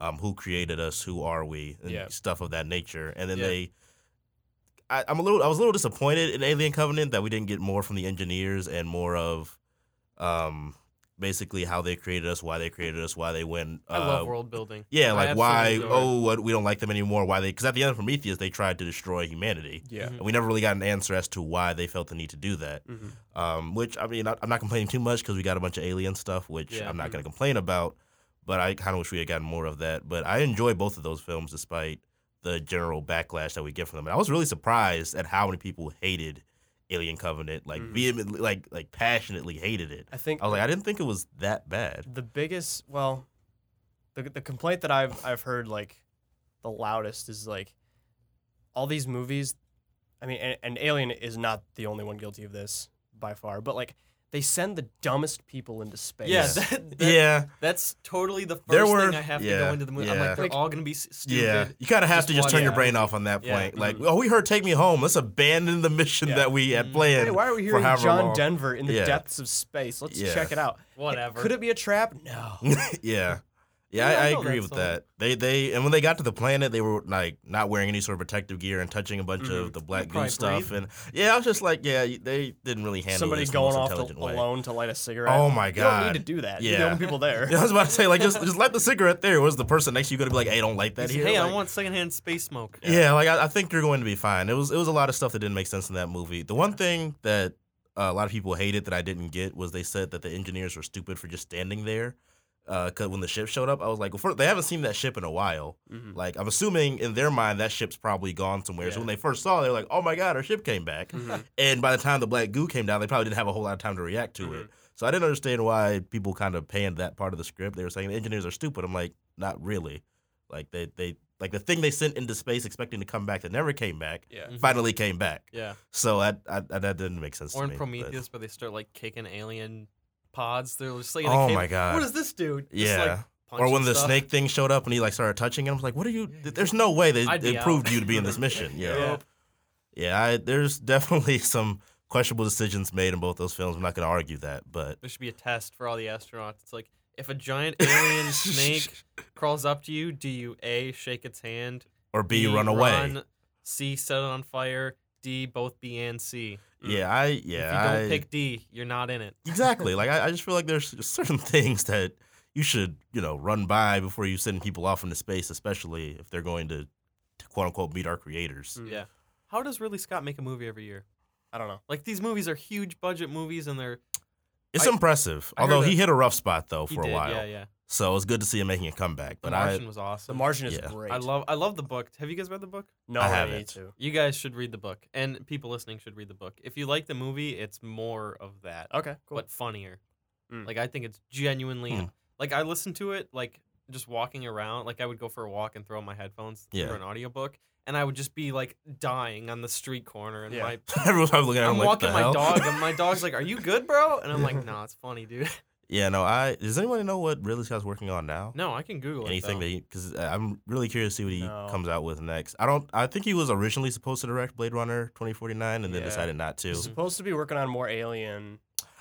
S2: um, who created us, who are we, and
S1: Yeah.
S2: stuff of that nature. And then
S3: Yeah.
S2: they. I, I'm a little. I was a little disappointed in Alien Covenant that we didn't get more from the engineers and more of, um, basically how they created us, why they created us, why they went.
S3: I love
S2: uh,
S3: world building.
S2: yeah,
S3: I
S2: like why?
S3: absolutely adore it.
S2: Oh, what, we don't like them anymore. Why they? Because at the end of Prometheus, they tried to destroy humanity,
S1: Yeah.
S2: and we never really got an answer as to why they felt the need to do that.
S1: Mhm.
S2: Um, which I mean, I, I'm not complaining too much because we got a bunch of alien stuff, which
S3: Yeah.
S2: I'm not going to complain about. But I kind of wish we had gotten more of that. But I enjoy both of those films despite the general backlash that we get from them. And I was really surprised at how many people hated Alien Covenant, like
S1: Mhm.
S3: Mm-hmm.
S2: vehemently, like like passionately hated it.
S1: I think
S2: I was like, I didn't think it was that bad.
S1: the biggest well the the complaint that I've I've heard like the loudest is like all these movies I mean and, and Alien is not the only one guilty of this by far, but like they send the dumbest people into space.
S3: Yeah,
S2: Yes.
S3: that, that-
S2: yeah,
S3: That's totally the first
S2: There were-
S3: thing I have to
S2: yeah,
S3: go into the movie. I'm
S2: yeah.
S3: like, they're
S1: Like-
S3: all gonna be s- stupid.
S2: Yeah, you kind of have
S3: Just
S2: to just
S3: watch
S2: turn your
S3: it.
S2: brain off on that
S3: Yeah.
S2: point.
S3: Mm-hmm.
S2: Like, oh, we heard "Take Me Home." Let's abandon the mission
S1: Yeah.
S2: that we had
S3: Mm.
S2: planned.
S1: Hey, why are we hearing
S2: however
S1: John
S2: long.
S1: Denver in the
S2: Yeah.
S1: depths of space? Let's
S2: Yeah.
S1: check it out.
S3: Whatever.
S1: Could it be a trap? No.
S2: yeah,
S3: Yeah,
S2: yeah, I,
S3: I
S2: I
S3: know
S2: agree
S3: that
S2: with
S3: song.
S2: that. They they and when they got to the planet, they were like not wearing any sort of protective gear and touching a bunch of the black goo
S3: Mm-hmm. probably
S2: stuff. And yeah, I was just like, yeah, you- they didn't really handle
S1: Somebody
S2: this in the
S1: going
S2: most
S1: off to,
S2: intelligent way.
S1: alone to light a cigarette.
S2: Oh my
S1: You don't
S2: god.
S1: need to do that. You're
S2: Yeah.
S1: the only people there.
S2: Yeah, I was about to say like just just light the cigarette there. Was the person next to you going to be like, hey, don't light that
S3: He's-
S2: here?
S3: hey,
S2: Like-
S3: I want secondhand space smoke.
S2: Yeah, like I, I think you're going to be fine. It was it was a lot of stuff that didn't make sense in that movie. The one thing that uh, a lot of people hated that I didn't get was they said that the engineers were stupid for just standing there. Because when the ship showed up, I was like, well, first, they haven't seen that ship in a while.
S1: Mhm.
S2: Like I'm assuming in their mind that ship's probably gone somewhere.
S1: Yeah.
S2: So when they first saw, it, they were like, oh my god, our ship came back.
S1: Mhm.
S2: And by the time the black goo came down, they probably didn't have a whole lot of time to react to
S3: Mm-hmm.
S2: it. So I didn't understand why people kind of panned that part of the script. They were saying the engineers are stupid. I'm like, not really. Like they they like the thing they sent into space expecting to come back that never came back
S1: Yeah.
S3: Mhm.
S2: finally came back.
S3: Yeah.
S2: So that I, I, that didn't make sense.
S3: Or
S2: to
S3: in
S2: me, but-
S3: Prometheus, where they start like kicking alien pods. They're just like, in a
S2: Oh
S3: cave.
S2: my god.
S3: What is this dude? Just,
S2: yeah.
S3: like,
S2: or when
S3: punching
S2: the
S3: stuff.
S2: snake thing showed up and he like started touching it, I was like, "What are you?
S3: Yeah,
S2: There's no way they,
S3: I'd be
S2: they
S3: out.
S2: proved you to be in this mission." Yeah,
S3: Nope.
S2: yeah. I, there's definitely some questionable decisions made in both those films. I'm not going to argue that, but
S3: There should be a test for all the astronauts. It's like if a giant alien snake crawls up to you, do you A shake its hand?
S2: or B, run away.
S3: run, C set it on fire. D both B and C.
S2: Yeah, I yeah.
S3: mm, if you don't
S2: I-
S3: pick D, you're not in it.
S2: exactly. Like I, I just feel like there's certain things that you should you know run by before you send people off into space, especially if they're going to, to quote unquote beat our creators.
S1: Mm.
S3: Yeah. How does Ridley Scott make a movie every year?
S1: I don't know.
S3: Like these movies are huge budget movies and they're
S2: It's
S3: I-
S2: impressive.
S3: I heard
S2: Although he
S3: that-
S2: hit a rough spot though
S3: he
S2: for a
S3: did,
S2: while,
S3: Yeah, yeah.
S2: so it's good to see him making a comeback.
S3: The
S2: But I
S3: Martian was
S1: The
S3: awesome.
S1: Martian is
S2: Yeah.
S1: great.
S3: I love I love the book. Have you guys read the book?
S1: No,
S2: I
S1: I
S2: haven't.
S1: need to.
S3: You guys should read the book, and people listening should read the book. If you like the movie, it's more of that,
S1: Okay, cool.
S3: but funnier.
S1: Mm.
S3: Like I think it's genuinely
S2: Hmm.
S3: like I listened to it like just walking around. Like I would go for a walk and throw on my headphones
S2: Yeah.
S3: for an audiobook, and I would just be like dying on the street corner, and
S1: Yeah.
S3: my
S2: everyone's probably looking at him
S3: I'm
S2: like,
S3: walking
S2: "The
S3: my
S2: hell?"
S3: dog, and my dog's like, "Are you good, bro?" And I'm like, "No, it's funny, dude."
S2: yeah, no. I does anyone know what Ridley Scott's working on now?
S3: no, I can Google
S2: Anything that
S3: it.
S2: he because I'm really curious to see what he
S1: No.
S2: comes out with next. I don't. I think he was originally supposed to direct Blade Runner 2049 and then
S1: Yeah.
S2: decided not to.
S1: He's supposed to be working on more alien.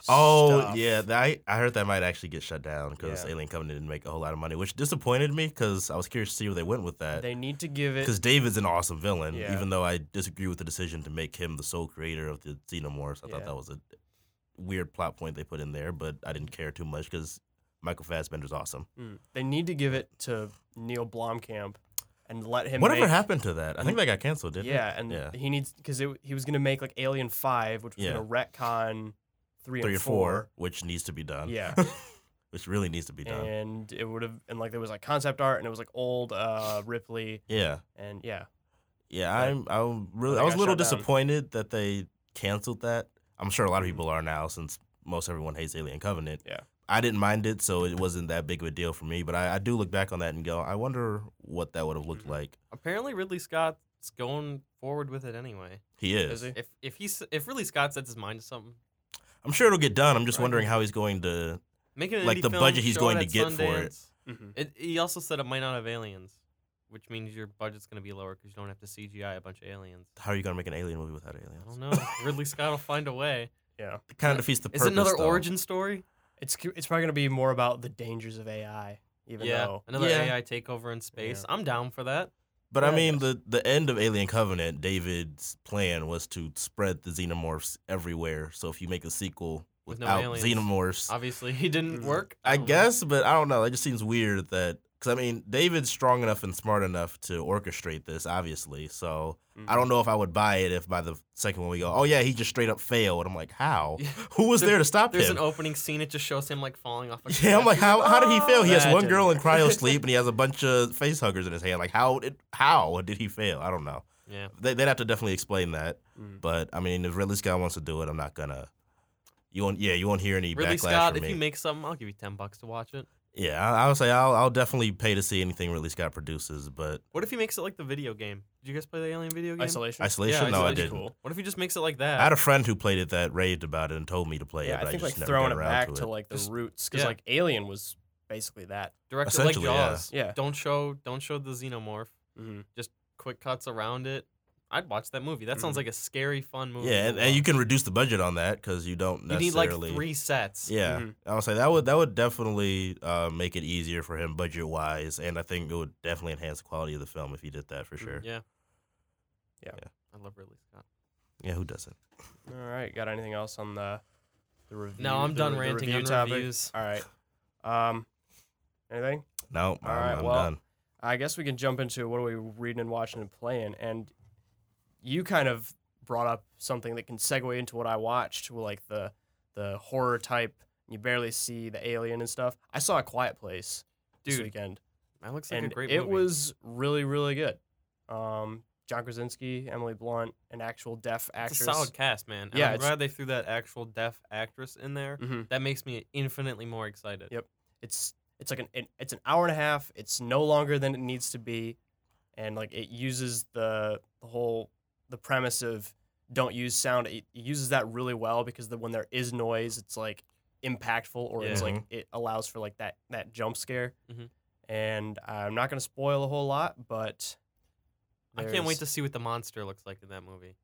S2: Oh
S1: stuff.
S2: yeah, that, I I heard that might actually get shut down because
S1: Yeah.
S2: Alien Covenant didn't make a whole lot of money, which disappointed me because I was curious to see where they went with that.
S1: They need to give it.
S2: Because David's an awesome villain,
S1: Yeah.
S2: even though I disagree with the decision to make him the sole creator of the Xenomorphs. I
S1: Yeah.
S2: thought that was a weird plot point they put in there, but I didn't care too much because Michael Fassbender's awesome.
S1: Mm. They need to give it to Neil Blomkamp and let him.
S2: Whatever
S1: make-
S2: happened to that? I think that got canceled, didn't
S1: Yeah, and
S2: Yeah.
S1: he needs because he was gonna make like Alien Five, which was
S2: Yeah.
S1: gonna retcon three,
S2: it? Three or
S1: and
S2: four, which needs to be done.
S1: Yeah.
S2: which really needs to be done.
S1: and it would have and like there was like concept art and it was like old uh, Ripley
S2: yeah.
S1: and yeah,
S2: Yeah,
S1: Like,
S2: I'm. I'm really.
S1: they
S2: I was a
S1: got
S2: little
S1: shut down.
S2: disappointed that they canceled that. I'm sure a lot of
S1: Mhm.
S2: people are now, since most everyone hates Alien Covenant.
S1: Yeah.
S2: I didn't mind it, so it wasn't that big of a deal for me. But I, I do look back on that and go, I wonder what that would have looked
S1: Mhm.
S2: like.
S3: Apparently, Ridley Scott's going forward with it anyway.
S2: He is.
S1: is he?
S3: If if he's if Ridley Scott sets his mind to something,
S2: I'm sure it'll get done. I'm just
S1: Right.
S2: wondering how he's going to.
S3: making an
S2: Like
S3: indie
S2: the
S3: film,
S2: budget he's
S3: show
S2: going
S3: it
S2: to
S3: at
S2: get for it.
S3: Sundance.
S1: hmm
S3: It, he also said it might not have aliens, which means your budget's going to be lower because you don't have to CGI a bunch of aliens.
S2: How are you going to make an alien movie without aliens?
S3: I don't know. Ridley Scott will find a way.
S1: yeah.
S2: It kind of defeats the
S3: Is
S2: purpose.
S3: it another
S2: though.
S3: origin story?
S1: It's cu- it's probably gonna be more about the dangers of AI, even
S3: yeah,
S1: though
S3: another
S2: Yeah.
S3: AI takeover in space. I'm down for that.
S2: But
S1: Yeah,
S2: I
S1: I
S2: mean,
S1: guess.
S2: the, the end of Alien Covenant, David's plan was to spread the xenomorphs everywhere. So if you make a sequel
S3: With no
S2: without
S3: aliens.
S2: xenomorphs,
S3: Obviously, he didn't
S1: Mhm.
S3: work.
S2: Mm,
S3: Oh,
S2: I
S3: don't know.
S2: guess, but I don't know. It just seems weird that because I mean, David's strong enough and smart enough to orchestrate this, obviously. So
S1: Mm.
S2: I
S3: Mm-hmm.
S2: don't know if I would buy it if by the second one we go, oh yeah, he just straight up failed. And I'm like, how?
S3: Yeah.
S2: Who was
S3: There-
S2: there to stop
S3: There's
S2: him?
S3: an opening scene. It just shows him like falling off. a
S2: yeah, oh I'm
S3: cliff.
S2: like, how, how did he
S3: Oh,
S2: fail? He has
S1: That
S2: one girl in
S1: didn't
S2: cryo sleep and he has a bunch of face huggers in his hand. Like, how did how did he fail? I don't know.
S3: Yeah,
S2: They, they'd have to definitely explain that.
S1: Mm.
S2: But I mean, if Ridley Scott wants to do it, I'm not gonna. You won't. Yeah, you won't hear any
S3: Ridley
S2: backlash
S3: Scott.
S2: from
S3: If
S2: me.
S3: you make something, I'll give you ten bucks to watch it.
S2: Yeah, I, I would say I'll, I'll definitely pay to see anything Ridley Scott produces, but
S3: What if he makes it like the video game? Did you guys play the Alien video game?
S1: isolation.
S2: Isolation,
S3: Yeah,
S2: no, I
S3: Isolation's
S2: didn't.
S1: cool.
S3: What if he just makes it like that?
S2: I had a friend who played it that raved about it and told me to play
S1: yeah,
S2: it,
S1: I
S2: but I,
S1: think like
S2: just never
S1: throwing
S2: got
S1: it
S2: around
S1: back
S2: to
S1: to,
S2: it.
S1: like the
S3: Just-
S1: roots because
S3: yeah.
S1: like Alien was basically that.
S3: Directed like
S2: Essentially, yeah.
S3: Jaws.
S1: Yeah.
S3: Don't show don't show the xenomorph.
S1: Mm-hmm.
S3: Quick cuts around it. I'd watch that movie. That sounds
S1: Mhm.
S3: like a scary fun movie.
S2: Mm-hmm. yeah,
S3: to
S2: and, and you
S3: watch.
S2: can reduce the budget on that because you don't
S3: you need like
S2: necessarily.
S3: three sets.
S2: Yeah,
S1: Mhm.
S2: I would say that would that would definitely uh, make it easier for him budget wise, and I think it would definitely enhance the quality of the film if he did
S1: Mm,
S2: that for sure.
S3: Yeah.
S1: Yeah.
S2: Yeah.
S3: I love Ridley Scott.
S2: Yeah, who doesn't?
S1: Mm-hmm. All right, got anything else on the the review?
S3: No, I'm
S1: the-
S3: done
S1: the
S3: ranting
S1: review
S3: on
S1: topic?
S3: reviews.
S1: All right. Um, anything?
S2: No, I'm,
S1: All right,
S2: I'm
S1: well,
S2: done.
S1: I guess we can jump into what are we reading and watching and playing. And you kind of brought up something that can segue into what I watched, like the the horror type. You barely see the alien and stuff. I saw A Quiet Place this
S3: Dude,
S1: weekend,
S3: that looks like
S1: and
S3: a great
S1: it
S3: movie.
S1: was really, really good. Um, John Krasinski, Emily Blunt, an actual deaf
S3: it's
S1: actress.
S3: a solid cast, man. And
S1: Yeah,
S3: I'm
S1: it's-
S3: glad they threw that actual deaf actress in there.
S1: Mhm.
S3: That makes me infinitely more excited.
S1: Yep. it's it's like an it- it's an hour and a half. It's no longer than it needs to be, and like it uses the the whole the premise of don't use sound. It uses that really well because the, when there is noise, it's like impactful or it's
S2: Yeah.
S1: like it allows for like that that jump scare.
S3: Mhm.
S1: And I'm not gonna spoil a whole lot, but
S3: I can't wait
S1: there's-
S3: to see what the monster looks like in that movie.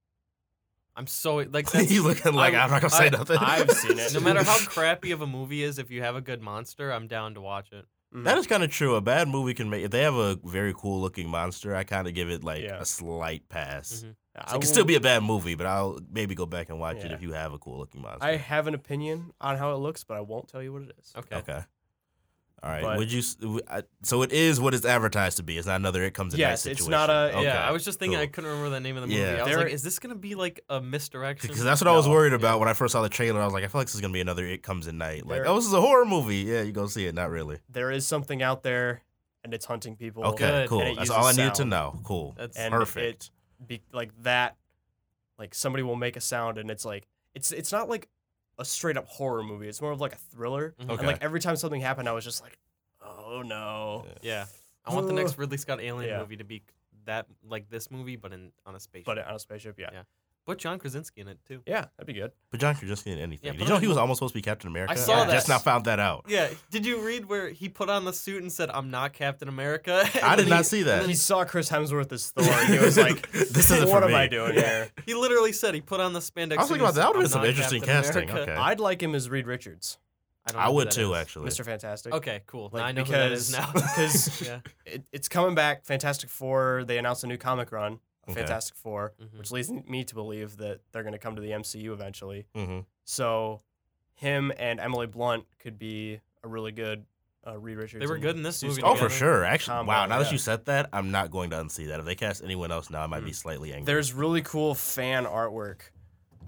S3: I'm so like that's,
S2: you looking like
S3: I-
S2: I'm not gonna say
S3: I-
S2: nothing.
S1: I've seen it.
S3: no matter how crappy of a movie is, if you have a good monster, I'm down to watch it.
S1: Mhm.
S2: That is kind of true. A bad movie can make if they have a very cool looking monster. I kind of give it like
S1: Yeah. Mm-hmm.
S2: a slight pass.
S3: Mhm.
S1: I
S2: So it
S1: will-
S2: can still be a bad movie, but I'll maybe go back and watch it
S1: Yeah.
S2: if you have a cool looking monster.
S1: I have an opinion on how it looks, but I won't tell you what it is.
S3: Okay.
S2: okay. All right.
S1: But-
S2: Would you? s- w- I- So it is what it's advertised to be. It's not another. It comes in.
S1: Yes,
S2: that
S1: it's
S2: situation.
S1: not a-
S2: Okay.
S3: Yeah, I was just thinking I
S2: cool.
S3: couldn't remember the name of the movie.
S2: Yeah.
S3: I was
S1: There-
S3: like, is this gonna be like a misdirection?
S2: Because that's what I was
S1: No.
S2: worried about when I first saw the trailer. I was like, I feel like this is gonna be another It Comes at Night. Like,
S1: There-
S2: oh, this is a horror movie. Yeah, you go see it. Not really.
S1: There is something out there, and it's hunting people.
S2: Okay,
S3: Good.
S2: cool.
S1: And it
S2: That's
S1: uses
S2: all I needed to
S1: sound.
S2: know. Cool.
S3: That's
S1: And
S2: Perfect.
S1: be, like that like somebody will make a sound and it's like it's it's not like a straight up horror movie it's more of like a thriller
S3: Mhm.
S2: Mm, Okay.
S1: and like every time something happened i was just like oh no
S2: Yeah.
S3: yeah. I want the next Ridley Scott Alien
S1: Yeah.
S3: movie to be that like this movie, but uh, in on a spaceship.
S1: but uh, on a spaceship yeah
S3: Yeah. Put John Krasinski in it too.
S1: yeah that'd be good
S2: But John Krasinski in anything.
S3: Yeah,
S2: Did
S3: put
S2: you know
S3: him
S2: he
S3: in-
S2: was almost supposed to be Captain America?
S3: saw
S2: I just
S3: that.
S2: now found that out.
S3: Yeah. Did you read where he put on the suit and said, "I'm not Captain America"? And
S2: I did
S3: then
S2: not
S3: he-
S2: see
S3: and
S2: that.
S3: then
S1: he
S3: He,
S1: saw chris hemsworth as thor and he was like
S2: This isn't
S1: what
S2: for
S1: am i
S2: me."
S1: doing here
S3: he literally said he put on the spandex.
S2: I was thinking
S3: suit and
S2: about
S3: said,
S2: that. Would have
S3: "I'm
S2: been some
S3: not
S2: interesting
S3: Captain
S2: casting.
S3: America."
S2: Okay.
S1: i'd like him as reed richards
S3: I, don't know
S2: I
S3: who
S2: would
S3: that
S2: too,
S3: is.
S2: actually.
S1: mr fantastic
S3: Okay, cool. now
S1: Like,
S3: I know who that is now.
S1: because- because-
S3: yeah.
S1: it, it's coming back fantastic four they announced a new comic run of
S2: Okay.
S1: fantastic 4
S3: Mhm.
S1: which leads me to believe that they're going to come to the mcu eventually
S2: Mhm.
S1: So him and Emily Blunt could be a really good uh, Reed Richards.
S3: They were
S1: and
S3: good in this
S1: Sue
S3: movie
S2: Oh,
S1: Storm.
S2: for
S3: together.
S2: sure. Actually,
S1: Combo,
S2: wow. Now
S1: yeah.
S2: that you said that, I'm not going to unsee that. If they cast anyone else now, I
S3: Mm.
S2: might be slightly angry.
S1: There's really cool fan artwork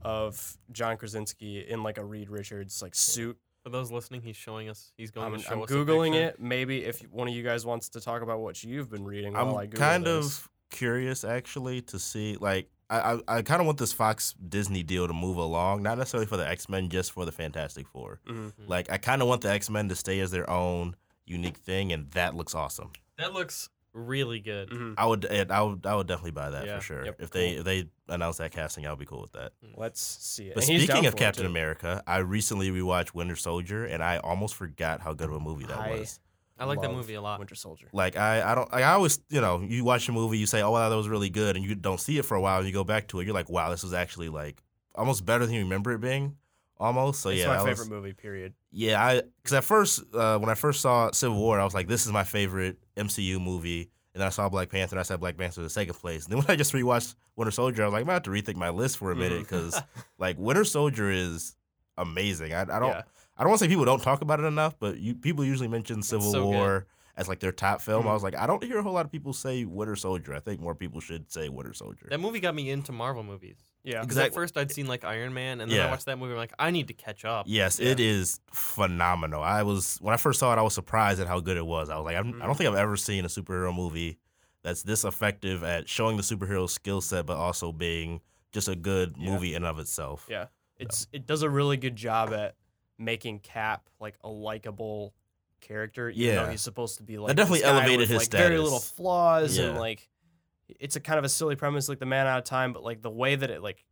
S1: of John Krasinski in like a Reed Richards like suit.
S3: For those listening, he's showing us. He's going
S1: I'm,
S3: to show
S1: I'm
S3: us. a
S1: googling
S3: picture.
S1: it. Maybe if one of you guys wants to talk about what you've been reading, while I
S2: I'm
S1: Google
S2: kind
S1: this.
S2: of curious actually to see like I I, I kind of want this Fox Disney deal to move along, not necessarily for the X Men, just for the Fantastic 4
S1: Mhm.
S3: Mm-hmm.
S2: Like I kind of want the X Men to stay as their own unique thing, and that looks awesome.
S3: That looks really good.
S1: Mhm.
S2: I would and I would I would definitely buy that
S3: Yeah.
S2: for sure.
S1: Yep,
S2: if they if they announce that casting, I'll be cool with that.
S1: Let's see it.
S2: But
S1: And he's down
S2: speaking of
S1: for it,
S2: Captain
S1: too.
S2: America, I recently rewatched Winter Soldier, and I almost forgot how good of a movie that
S1: I-
S2: was.
S3: I like that
S1: Love
S3: movie a lot.
S1: Winter Soldier.
S2: Like I, I don't, like, I always, you know, you watch a movie, you say, "Oh wow, that was really good," and you don't see it for a while, and you go back to it, you're like, "Wow, this was actually like almost better than you remember it being." Almost, so
S1: it's
S2: yeah,
S1: my
S2: that
S1: favorite
S2: was-
S1: movie. Period.
S2: yeah, I because at first uh, when I first saw Civil War, I was like, "This is my favorite MCU movie." And then I saw Black Panther, and I said Black Panther was the second place. And then when I just rewatched Winter Soldier, I was like, "I'm gonna have to rethink my list for a
S1: Mhm.
S2: minute
S3: Mm-hmm.
S2: because like Winter Soldier is amazing." I, I don't,
S1: Yeah.
S2: I don't want to say people don't talk about it enough, but you, people usually mention Civil
S3: so good. Mm-hmm.
S2: War as like their top film.
S1: Mhm.
S2: I was like, I don't hear a whole lot of people say Winter Soldier. I think more people should say Winter Soldier.
S3: That movie got me into Marvel movies.
S1: Yeah.
S3: Because at
S2: Exactly.
S3: first I'd seen like Iron Man, and then I
S2: Yeah.
S3: watched that movie. I'm like, I need to catch up.
S2: Yes, it is phenomenal. I was when I first saw it, I was surprised at how good it was. I was like, I'm, I don't think I've ever seen a superhero movie that's this effective at showing the superhero skill set, but also being just a good
S1: Yeah.
S2: movie in and of itself.
S1: Yeah. it's it does a really good job at making Cap like a likable character, even though
S2: Yeah.
S1: he's supposed to be like
S2: That definitely
S1: this guy
S2: elevated
S1: with,
S2: his
S1: like, Very little
S2: status.
S1: flaws and
S2: Yeah.
S1: like it's a kind of a silly premise, like the man out of time, but like the way that it like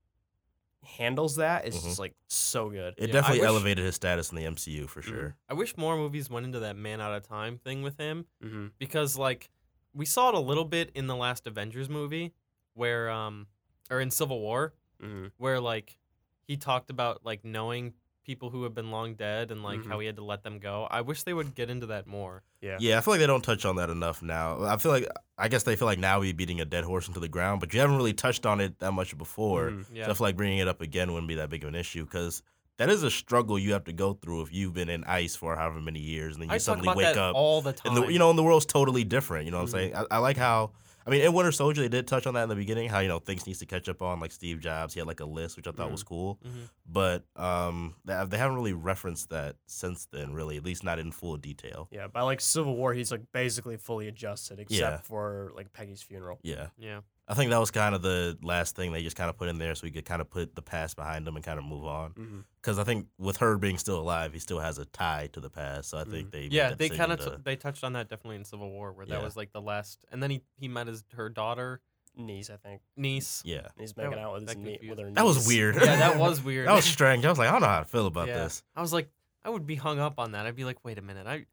S1: handles that is just like so good.
S2: Mm-hmm. It
S3: Yeah, I
S2: definitely
S3: wish-
S2: elevated his status in the MCU for sure.
S3: I wish more movies went into that man out of time thing with him
S1: Mm-hmm.
S3: because like we saw it a little bit in the last Avengers movie where um or in Civil War
S1: Mm-hmm.
S3: where like he talked about like knowing people who have been long dead and like
S1: Mhm.
S2: Mm-hmm.
S3: how he had to let them go. I wish they would get into that more.
S1: Yeah.
S2: Yeah, I feel like they don't touch on that enough now. I feel like I guess they feel like now we're beating a dead horse into the ground, but you haven't really touched on it that much before.
S1: Mhm.
S3: Yeah.
S2: So I feel like bringing it up again wouldn't be that big of an issue because that is a struggle you have to go through if you've been in ice for however many years and then you
S3: I talk
S2: suddenly
S3: about
S2: wake
S3: that
S2: up.
S3: all the time.
S2: And the, you know, and the world's totally different. You know what
S3: Mhm.
S2: I'm saying? I, I like how. I mean, in Winter Soldier, they did touch on that in the beginning. How you know things needs to catch up on, like Steve Jobs, he had like a list, which I thought was cool.
S3: Mhm.
S2: But um, they, they haven't really referenced that since then, really. At least not in full detail.
S1: Yeah, by like Civil War, he's like basically fully adjusted, except
S2: Yeah.
S1: for like Peggy's funeral.
S2: Yeah,
S3: Yeah.
S2: I think that was kind of the last thing they just kind of put in there, so we could kind of put the past behind him and kind of move on.
S1: Mhm.
S2: because I think with her being still alive, he still has a tie to the past. So I think they made
S3: Mm-hmm. Yeah,
S2: that
S3: they
S2: decision
S3: kind of
S2: to-
S3: t- they touched on that definitely in Civil War where that
S2: Yeah.
S3: was like the last and then he he met his her daughter,
S1: Knees, I think.
S3: niece.
S2: yeah.
S1: He's
S3: That-
S1: making out with his
S3: that
S1: knee.
S3: confused
S1: With her
S2: That was
S1: niece.
S2: weird.
S3: Yeah, that was weird.
S2: that was strange. I was like, I don't know how to feel about
S3: Yeah.
S2: this.
S3: I was like, I would be hung up on that. I'd be like, wait a minute, I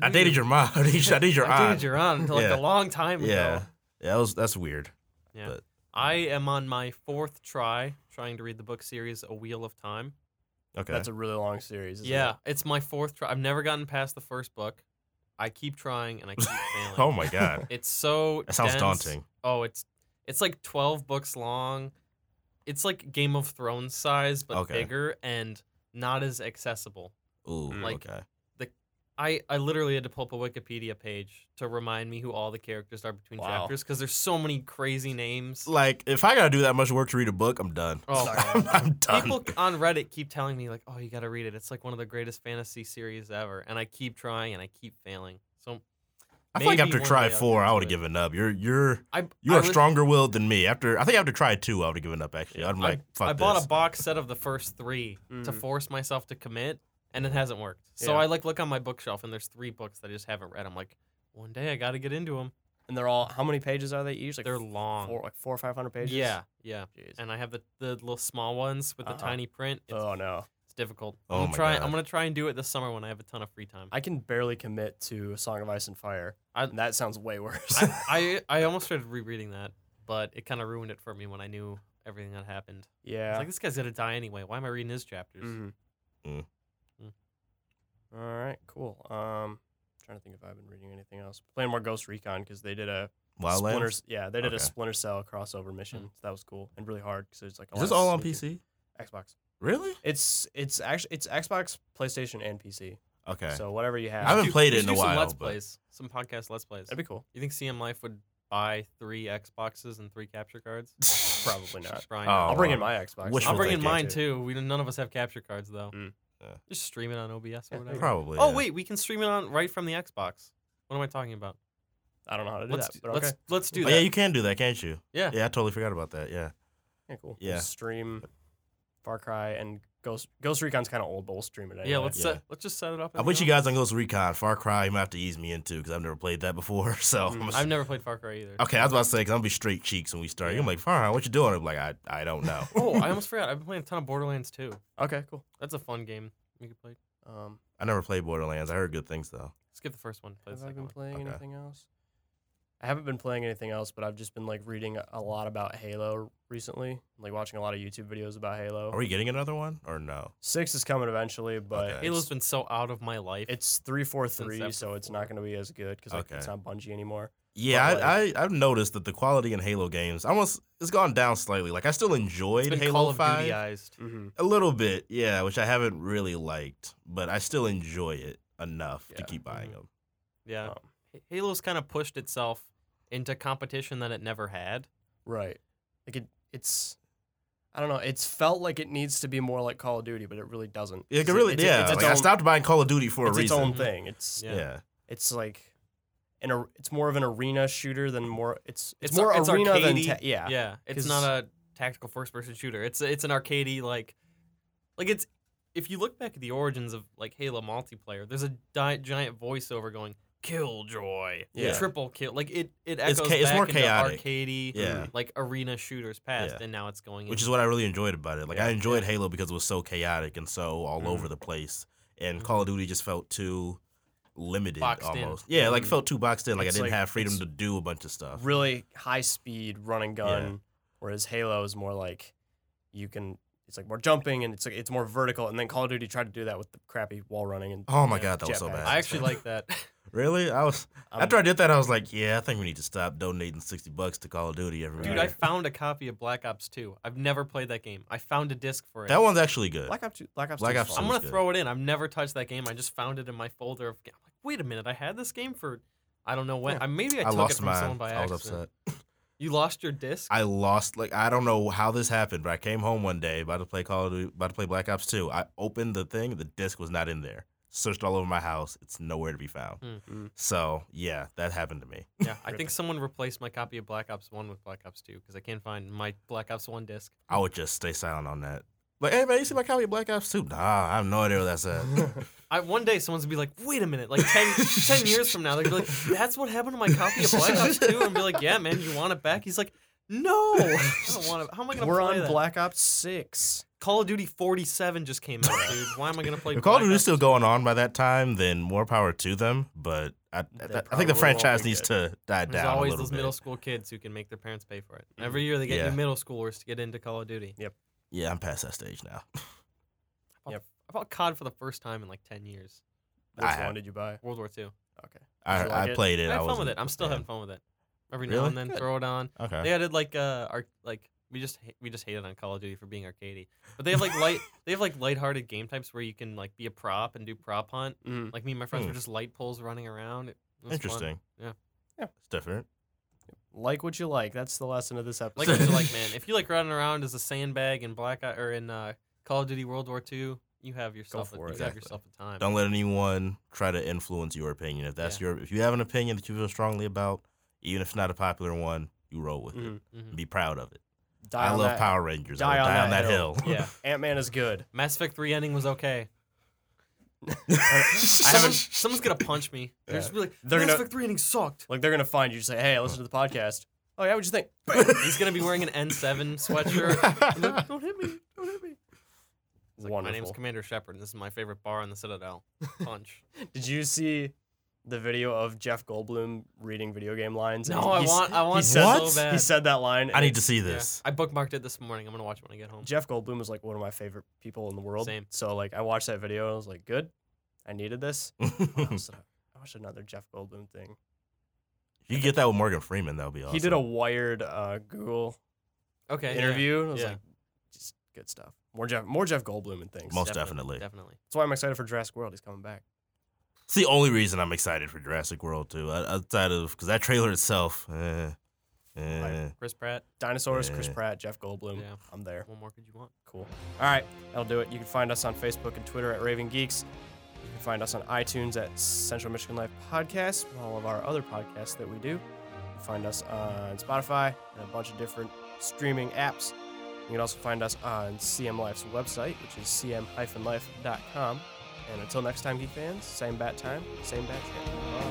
S2: I
S3: knew
S2: dated
S3: you-
S2: your mom. I dated your
S3: I
S2: aunt.
S3: dated your aunt until like
S2: Yeah.
S3: a long time
S2: yeah,
S3: ago.
S2: yeah. That was that's weird.
S3: I am on my fourth try trying to read the book series A Wheel of Time.
S2: Okay.
S1: That's a really long series. isn't
S3: yeah,
S1: it?
S3: it's my fourth try. I've never gotten past the first book. I keep trying and I keep failing.
S2: oh my god.
S3: It's so
S2: That sounds
S3: dense.
S2: daunting.
S3: Oh, it's it's like 12 books long. It's like Game of Thrones size but
S2: Okay.
S3: bigger and not as accessible.
S2: Ooh.
S3: Like-
S2: okay.
S3: I, I literally had to pull up a Wikipedia page to remind me who all the characters are between
S1: Wow.
S3: chapters because there's so many crazy names.
S2: Like if I gotta do that much work to read a book, I'm done.
S3: Oh.
S1: Sorry.
S2: I'm, I'm done.
S3: People on Reddit keep telling me like, "Oh, you got to read it. It's like one of the greatest fantasy series ever." And I keep trying and I keep failing. So
S2: I feel like
S3: maybe
S2: after
S3: one
S2: try
S3: day I'll
S2: four,
S3: get
S2: I
S3: to
S2: would have
S3: it.
S2: given up. You're you're
S3: I
S2: you
S3: I
S2: are
S3: was-
S2: stronger willed than me. After I think after try two, I would have given up. Actually, I'm
S3: I-
S2: like fuck
S3: I
S2: this.
S3: bought a box set of the first three to
S1: Mhm.
S3: force myself to commit, and it hasn't worked. So
S1: Yeah.
S3: I like look on my bookshelf, and there's three books that I just haven't read. I'm like, one day I got to get into them.
S1: And they're all how many pages are they each? Like
S3: They're
S1: f-
S3: long.
S1: four, like four or five hundred pages.
S3: Yeah, yeah.
S1: Jeez.
S3: And I have the, the little small ones with the
S1: Uh-huh.
S3: tiny print. It's,
S1: oh no,
S3: it's difficult.
S2: Oh
S3: I'm
S2: my
S3: trying. I'm
S2: God.
S3: gonna try and do it this summer when I have a ton of free time.
S1: I can barely commit to A Song of Ice and Fire.
S3: I-
S1: and that sounds way worse.
S3: I I almost started rereading that, but it kind of ruined it for me when I knew everything that happened. It's
S1: yeah.
S3: like this guy's gonna die anyway. Why am I reading his chapters?
S1: Mhm.
S2: Mm.
S3: Mm.
S1: All right, cool. Um, trying to think if I've been reading anything else. Playing more Ghost Recon because they did a
S2: Wildlands.
S1: Splinter. Yeah, they did a
S2: Okay.
S1: Splinter Cell crossover mission.
S3: Hmm.
S1: So that was cool and really hard because it's like a
S2: Is
S1: lot
S2: this
S1: of
S2: all on
S1: sneaking-
S2: PC?
S1: Xbox.
S2: Really?
S1: It's it's actually it's Xbox, PlayStation, and PC.
S2: Okay.
S1: So whatever you have,
S2: I haven't
S3: Do-
S2: played
S3: we
S2: it
S3: should
S2: in a
S3: do Some
S2: while,
S3: let's
S2: but-
S3: plays, some podcast let's plays.
S1: that'd be cool.
S3: You think CM Life would buy three Xboxes and three capture cards?
S1: Probably not.
S3: Brian,
S2: Oh,
S1: I'll bring in
S2: wow.
S1: my Xbox.
S2: Wishful
S3: I'll bring in
S2: thinking.
S3: mine too. We none of us have capture cards though.
S1: Mm.
S2: Yeah.
S3: Just stream it on OBS
S1: Yeah,
S3: or whatever.
S2: Probably.
S3: Oh
S2: yeah.
S3: wait, we can stream it on right from the Xbox. What am I talking about?
S1: I don't know how to do
S3: Let's
S1: that, but
S3: let's
S1: okay.
S3: let's do
S2: Oh,
S3: that.
S2: yeah, you can do that, can't you?
S3: Yeah.
S2: Yeah, I totally forgot about that. Yeah.
S1: Yeah, cool.
S2: Yeah.
S1: We'll stream Far Cry and Ghost Ghost Recon's kind of old, but we'll stream it. Anyway.
S3: Yeah, let's
S2: Yeah.
S3: Set, let's just set it up.
S2: I
S3: and
S2: wish
S3: go.
S2: you guys on Ghost Recon. Far Cry, you might have to ease me into because I've never played that before. So
S1: Mm.
S2: I'm
S3: I've never played Far Cry either.
S2: okay. I was about to say because I'm gonna be straight cheeks when we start.
S3: Yeah.
S2: I'm like, Far Cry, what you doing? I'm like, I I don't know.
S3: oh, I almost forgot. I've been playing a ton of Borderlands 2.
S1: Okay, cool.
S3: That's a fun game. You can play.
S1: Um,
S2: I never played Borderlands. I heard good things though.
S3: Skip the first one. Play the
S1: have I
S3: second
S1: been
S3: one.
S1: playing
S2: Okay.
S1: anything else? I haven't been playing anything else, but I've just been like reading a- a lot about Halo recently, like watching a lot of YouTube videos about Halo.
S2: Are we getting another one or no?
S1: Six is coming eventually, but
S2: Okay.
S3: Halo's
S1: it's,
S3: been so out of my life.
S1: it's three four
S3: Since
S1: three,
S3: after
S1: so it's not going
S3: four.
S1: to be as good because
S2: Okay.
S1: it's not Bungie anymore.
S2: Yeah,
S1: But,
S2: I, I I've noticed that the quality in Halo games almost it's gone down slightly. Like I still enjoyed
S3: it's been
S2: Halo
S3: Call of
S2: Five
S3: Dutyized.
S1: Mm-hmm.
S2: a little bit, yeah, which I haven't really liked, but I still enjoy it enough to
S1: Yeah.
S2: keep buying
S3: Mhm.
S2: them.
S3: Yeah.
S2: Um,
S3: H- Halo's kind of pushed itself into competition that it never had.
S1: Right. Like it, it's. I don't know. It's felt like it needs to be more like Call of Duty, but it really doesn't.
S2: It
S1: 'cause
S2: really,
S1: it's,
S2: yeah.
S1: It's, its,
S2: like I
S1: own,
S2: stopped buying Call of Duty for
S1: it's
S2: a
S1: its
S2: reason.
S1: own
S3: Mhm.
S1: thing. It's
S3: Yeah.
S2: yeah.
S1: it's like, an ar- it's more of an arena shooter than more. It's it's,
S3: It's ar-
S1: more
S3: it's
S1: arena than
S3: arcadey.
S1: ta- yeah.
S3: Yeah, it's
S1: 'cause-
S3: not a tactical first-person shooter. It's it's an arcadey like, like it's if you look back at the origins of like Halo multiplayer, there's a di- giant voiceover going Killjoy,
S1: Yeah.
S3: triple kill. Like it it echoes
S2: It's cha- it's
S3: back
S2: more
S3: into
S2: chaotic.
S3: arcadey,
S2: Yeah.
S3: like arena shooters past,
S2: Yeah.
S3: and now it's going
S2: which
S3: in-
S2: is what I really enjoyed about it. Like I
S1: Yeah.
S2: enjoyed Halo because it was so chaotic and so all
S1: Mhm.
S2: over the place, and
S1: Mm-hmm.
S3: Mhm.
S2: Call of Duty just felt too limited
S3: Boxed in.
S2: almost. Yeah, like
S1: Mhm.
S2: felt too boxed in. Like
S1: It's
S2: I didn't
S1: like-
S2: have freedom
S1: it's
S2: to do a bunch of stuff.
S1: Really high speed run and gun, whereas Halo is more like you can. It's like more jumping and it's like it's more vertical. And then Call of Duty tried to do that with the crappy wall running and.
S2: Oh my
S1: Yeah,
S2: god, that was so
S1: jetpacks.
S2: bad.
S3: I actually like that.
S2: Really? I was
S1: I'm-
S2: after I did that, I was like, yeah, I think we need to stop donating sixty bucks to Call of Duty every
S3: Dude,
S2: year.
S3: I found a copy of Black Ops 2. I've never played that game. I found a disc for it.
S2: that one's actually good.
S1: Black Ops 2, Black Ops
S2: Black
S1: 2 's
S2: Ops
S1: fun.
S3: I'm
S2: Sounds
S3: gonna
S2: good.
S3: throw it in. I've never touched that game. I just found it in my folder. Of, I'm like, wait a minute, I had this game for, I don't know when.
S2: Yeah.
S3: I, maybe I,
S2: I
S3: took it
S2: lost
S3: from
S2: mine.
S3: someone by
S2: I was
S3: accident.
S2: upset.
S3: You lost your disc.
S2: I lost like I don't know how this happened, but I came home one day about to play Call of Duty, about to play Black Ops Two. I opened the thing, the disc was not in there. Searched all over my house, it's nowhere to be found.
S3: Hmm.
S1: Hmm.
S2: So yeah, that happened to me.
S3: yeah, I think someone replaced my copy of Black Ops One with Black Ops Two because I can't find my Black Ops One disc.
S2: I would just stay silent on that. Like, hey man, you see my copy of Black Ops Two? Nah, I have no idea what that's at.
S3: I, one day someone's gonna be like, wait a minute, like 10, 10 years from now, they're gonna be like, that's what happened to my copy of Black Ops Two, and be like, yeah, man, you want it back? He's like, no, I don't want it. How am I gonna
S1: We're
S3: play
S1: on
S3: that?"
S1: Black Ops Six.
S3: Call of Duty 47 just came out, dude. Why am I gonna play?
S2: If Call of
S3: Black
S2: Duty's
S3: Ops
S2: still
S3: 2?
S2: going on by that time, then more power to them. But I, I-
S1: They
S2: I think
S1: probably
S2: the franchise
S1: won't
S2: needs
S1: get-
S2: to die
S3: There's
S2: down a
S3: always
S2: little
S3: those
S2: bit. Mm,
S3: middle school kids who can make their parents pay for it. Every year they get
S2: Yeah.
S3: new middle schoolers to get into Call of Duty.
S2: yeah, I'm past that stage now.
S3: I bought COD for the first time in like 10 years.
S1: Which
S2: I-
S1: one did you buy?
S3: World War II.
S1: Okay.
S2: I,
S1: you
S2: I
S1: like it?
S2: played it.
S3: I had fun with
S2: wasn't
S3: it. I'm
S2: a
S3: still
S2: fan.
S3: having fun with it. Every now
S2: Really?
S3: and then,
S2: Good.
S3: throw it on.
S2: Okay.
S3: They added like uh, our like we just ha- we just hated on Call of Duty for being arcadey, but they have like light they have like lighthearted game types where you can like be a prop and do prop hunt.
S1: Mm.
S3: Like me and my friends
S2: Hmm.
S3: were just light poles running around. It was fun.
S2: Interesting.
S3: Yeah.
S1: Yeah.
S2: It's different.
S1: Like what you like. That's the lesson of this
S3: Like
S1: episode.
S3: what you like, man. If you like running around as a sandbag in Black Eye, or in uh, Call of Duty World War II, you have yourself a,
S1: for
S3: you
S1: it.
S3: have
S2: Exactly.
S3: yourself a time.
S2: Don't let anyone try to influence your opinion. If that's your, if you have an opinion that you feel strongly about, even if it's not a popular one, you roll with
S1: Mhm.
S2: it.
S3: Mhm.
S2: Be proud of it.
S1: Die
S2: I
S1: on
S2: love
S1: that.
S2: Power Rangers.
S1: die
S2: I
S1: on
S2: would die
S1: that
S2: on that
S1: hill.
S2: hill.
S3: Yeah,
S1: Ant Man is good.
S3: Mass Effect Three ending was okay.
S2: I
S3: Someone,
S2: haven't.
S3: someone's gonna punch me. They're just be like,
S1: They're
S3: Mass
S1: gonna-
S3: Effect Three ending sucked.
S1: Like they're gonna find you. Say, hey, listen to the podcast. Oh yeah, what'd you think?
S3: He's gonna be wearing an N7 sweatshirt. And they're like, don't hit me! Don't hit me! It's like, My name's
S1: Wonderful.
S3: Commander Shepard, and this is my favorite bar in the Citadel. Punch.
S1: Did you see the video of Jeff Goldblum reading video game lines?
S3: no,
S1: And
S3: I
S1: he s-
S3: want, I
S1: He
S3: want
S1: said,
S2: What?
S3: so bad.
S1: he said that line.
S2: I
S1: and
S2: need to see
S3: Yeah.
S2: this.
S3: I bookmarked it this morning. I'm gonna watch it when I get home.
S1: Jeff Goldblum is like one of my favorite people in the world.
S3: Same.
S1: So like, I watched that video and I was like, good. I needed this. What else did I, uh, I watched another Jeff Goldblum thing.
S2: you get that with Morgan Freeman, that would be awesome.
S1: He did a wired uh, Google
S3: Okay. yeah.
S1: interview. and I was
S3: Yeah.
S1: like, just good stuff. More Jeff, more Jeff Goldblum and things.
S2: Most definitely.
S3: definitely. Definitely.
S1: That's why I'm excited for Jurassic World. He's coming back.
S2: It's the only reason I'm excited for Jurassic World too. O- Outside of because that trailer itself, eh, eh.
S1: Right.
S3: Chris Pratt.
S1: Dinosaurs, Chris
S2: Yeah.
S1: Pratt, Jeff Goldblum.
S3: Yeah.
S1: I'm there.
S3: What more could you want?
S1: Cool. All right, that'll do it. You can find us on Facebook and Twitter at Raven Geeks. You can find us on iTunes at Central Michigan Life Podcast, and all of our other podcasts that we do. You can find us on Spotify and a bunch of different streaming apps. You can also find us on CM Life's website, which is cm-life.com. And until next time, Geek fans, same bat time, same bat channel. Bye.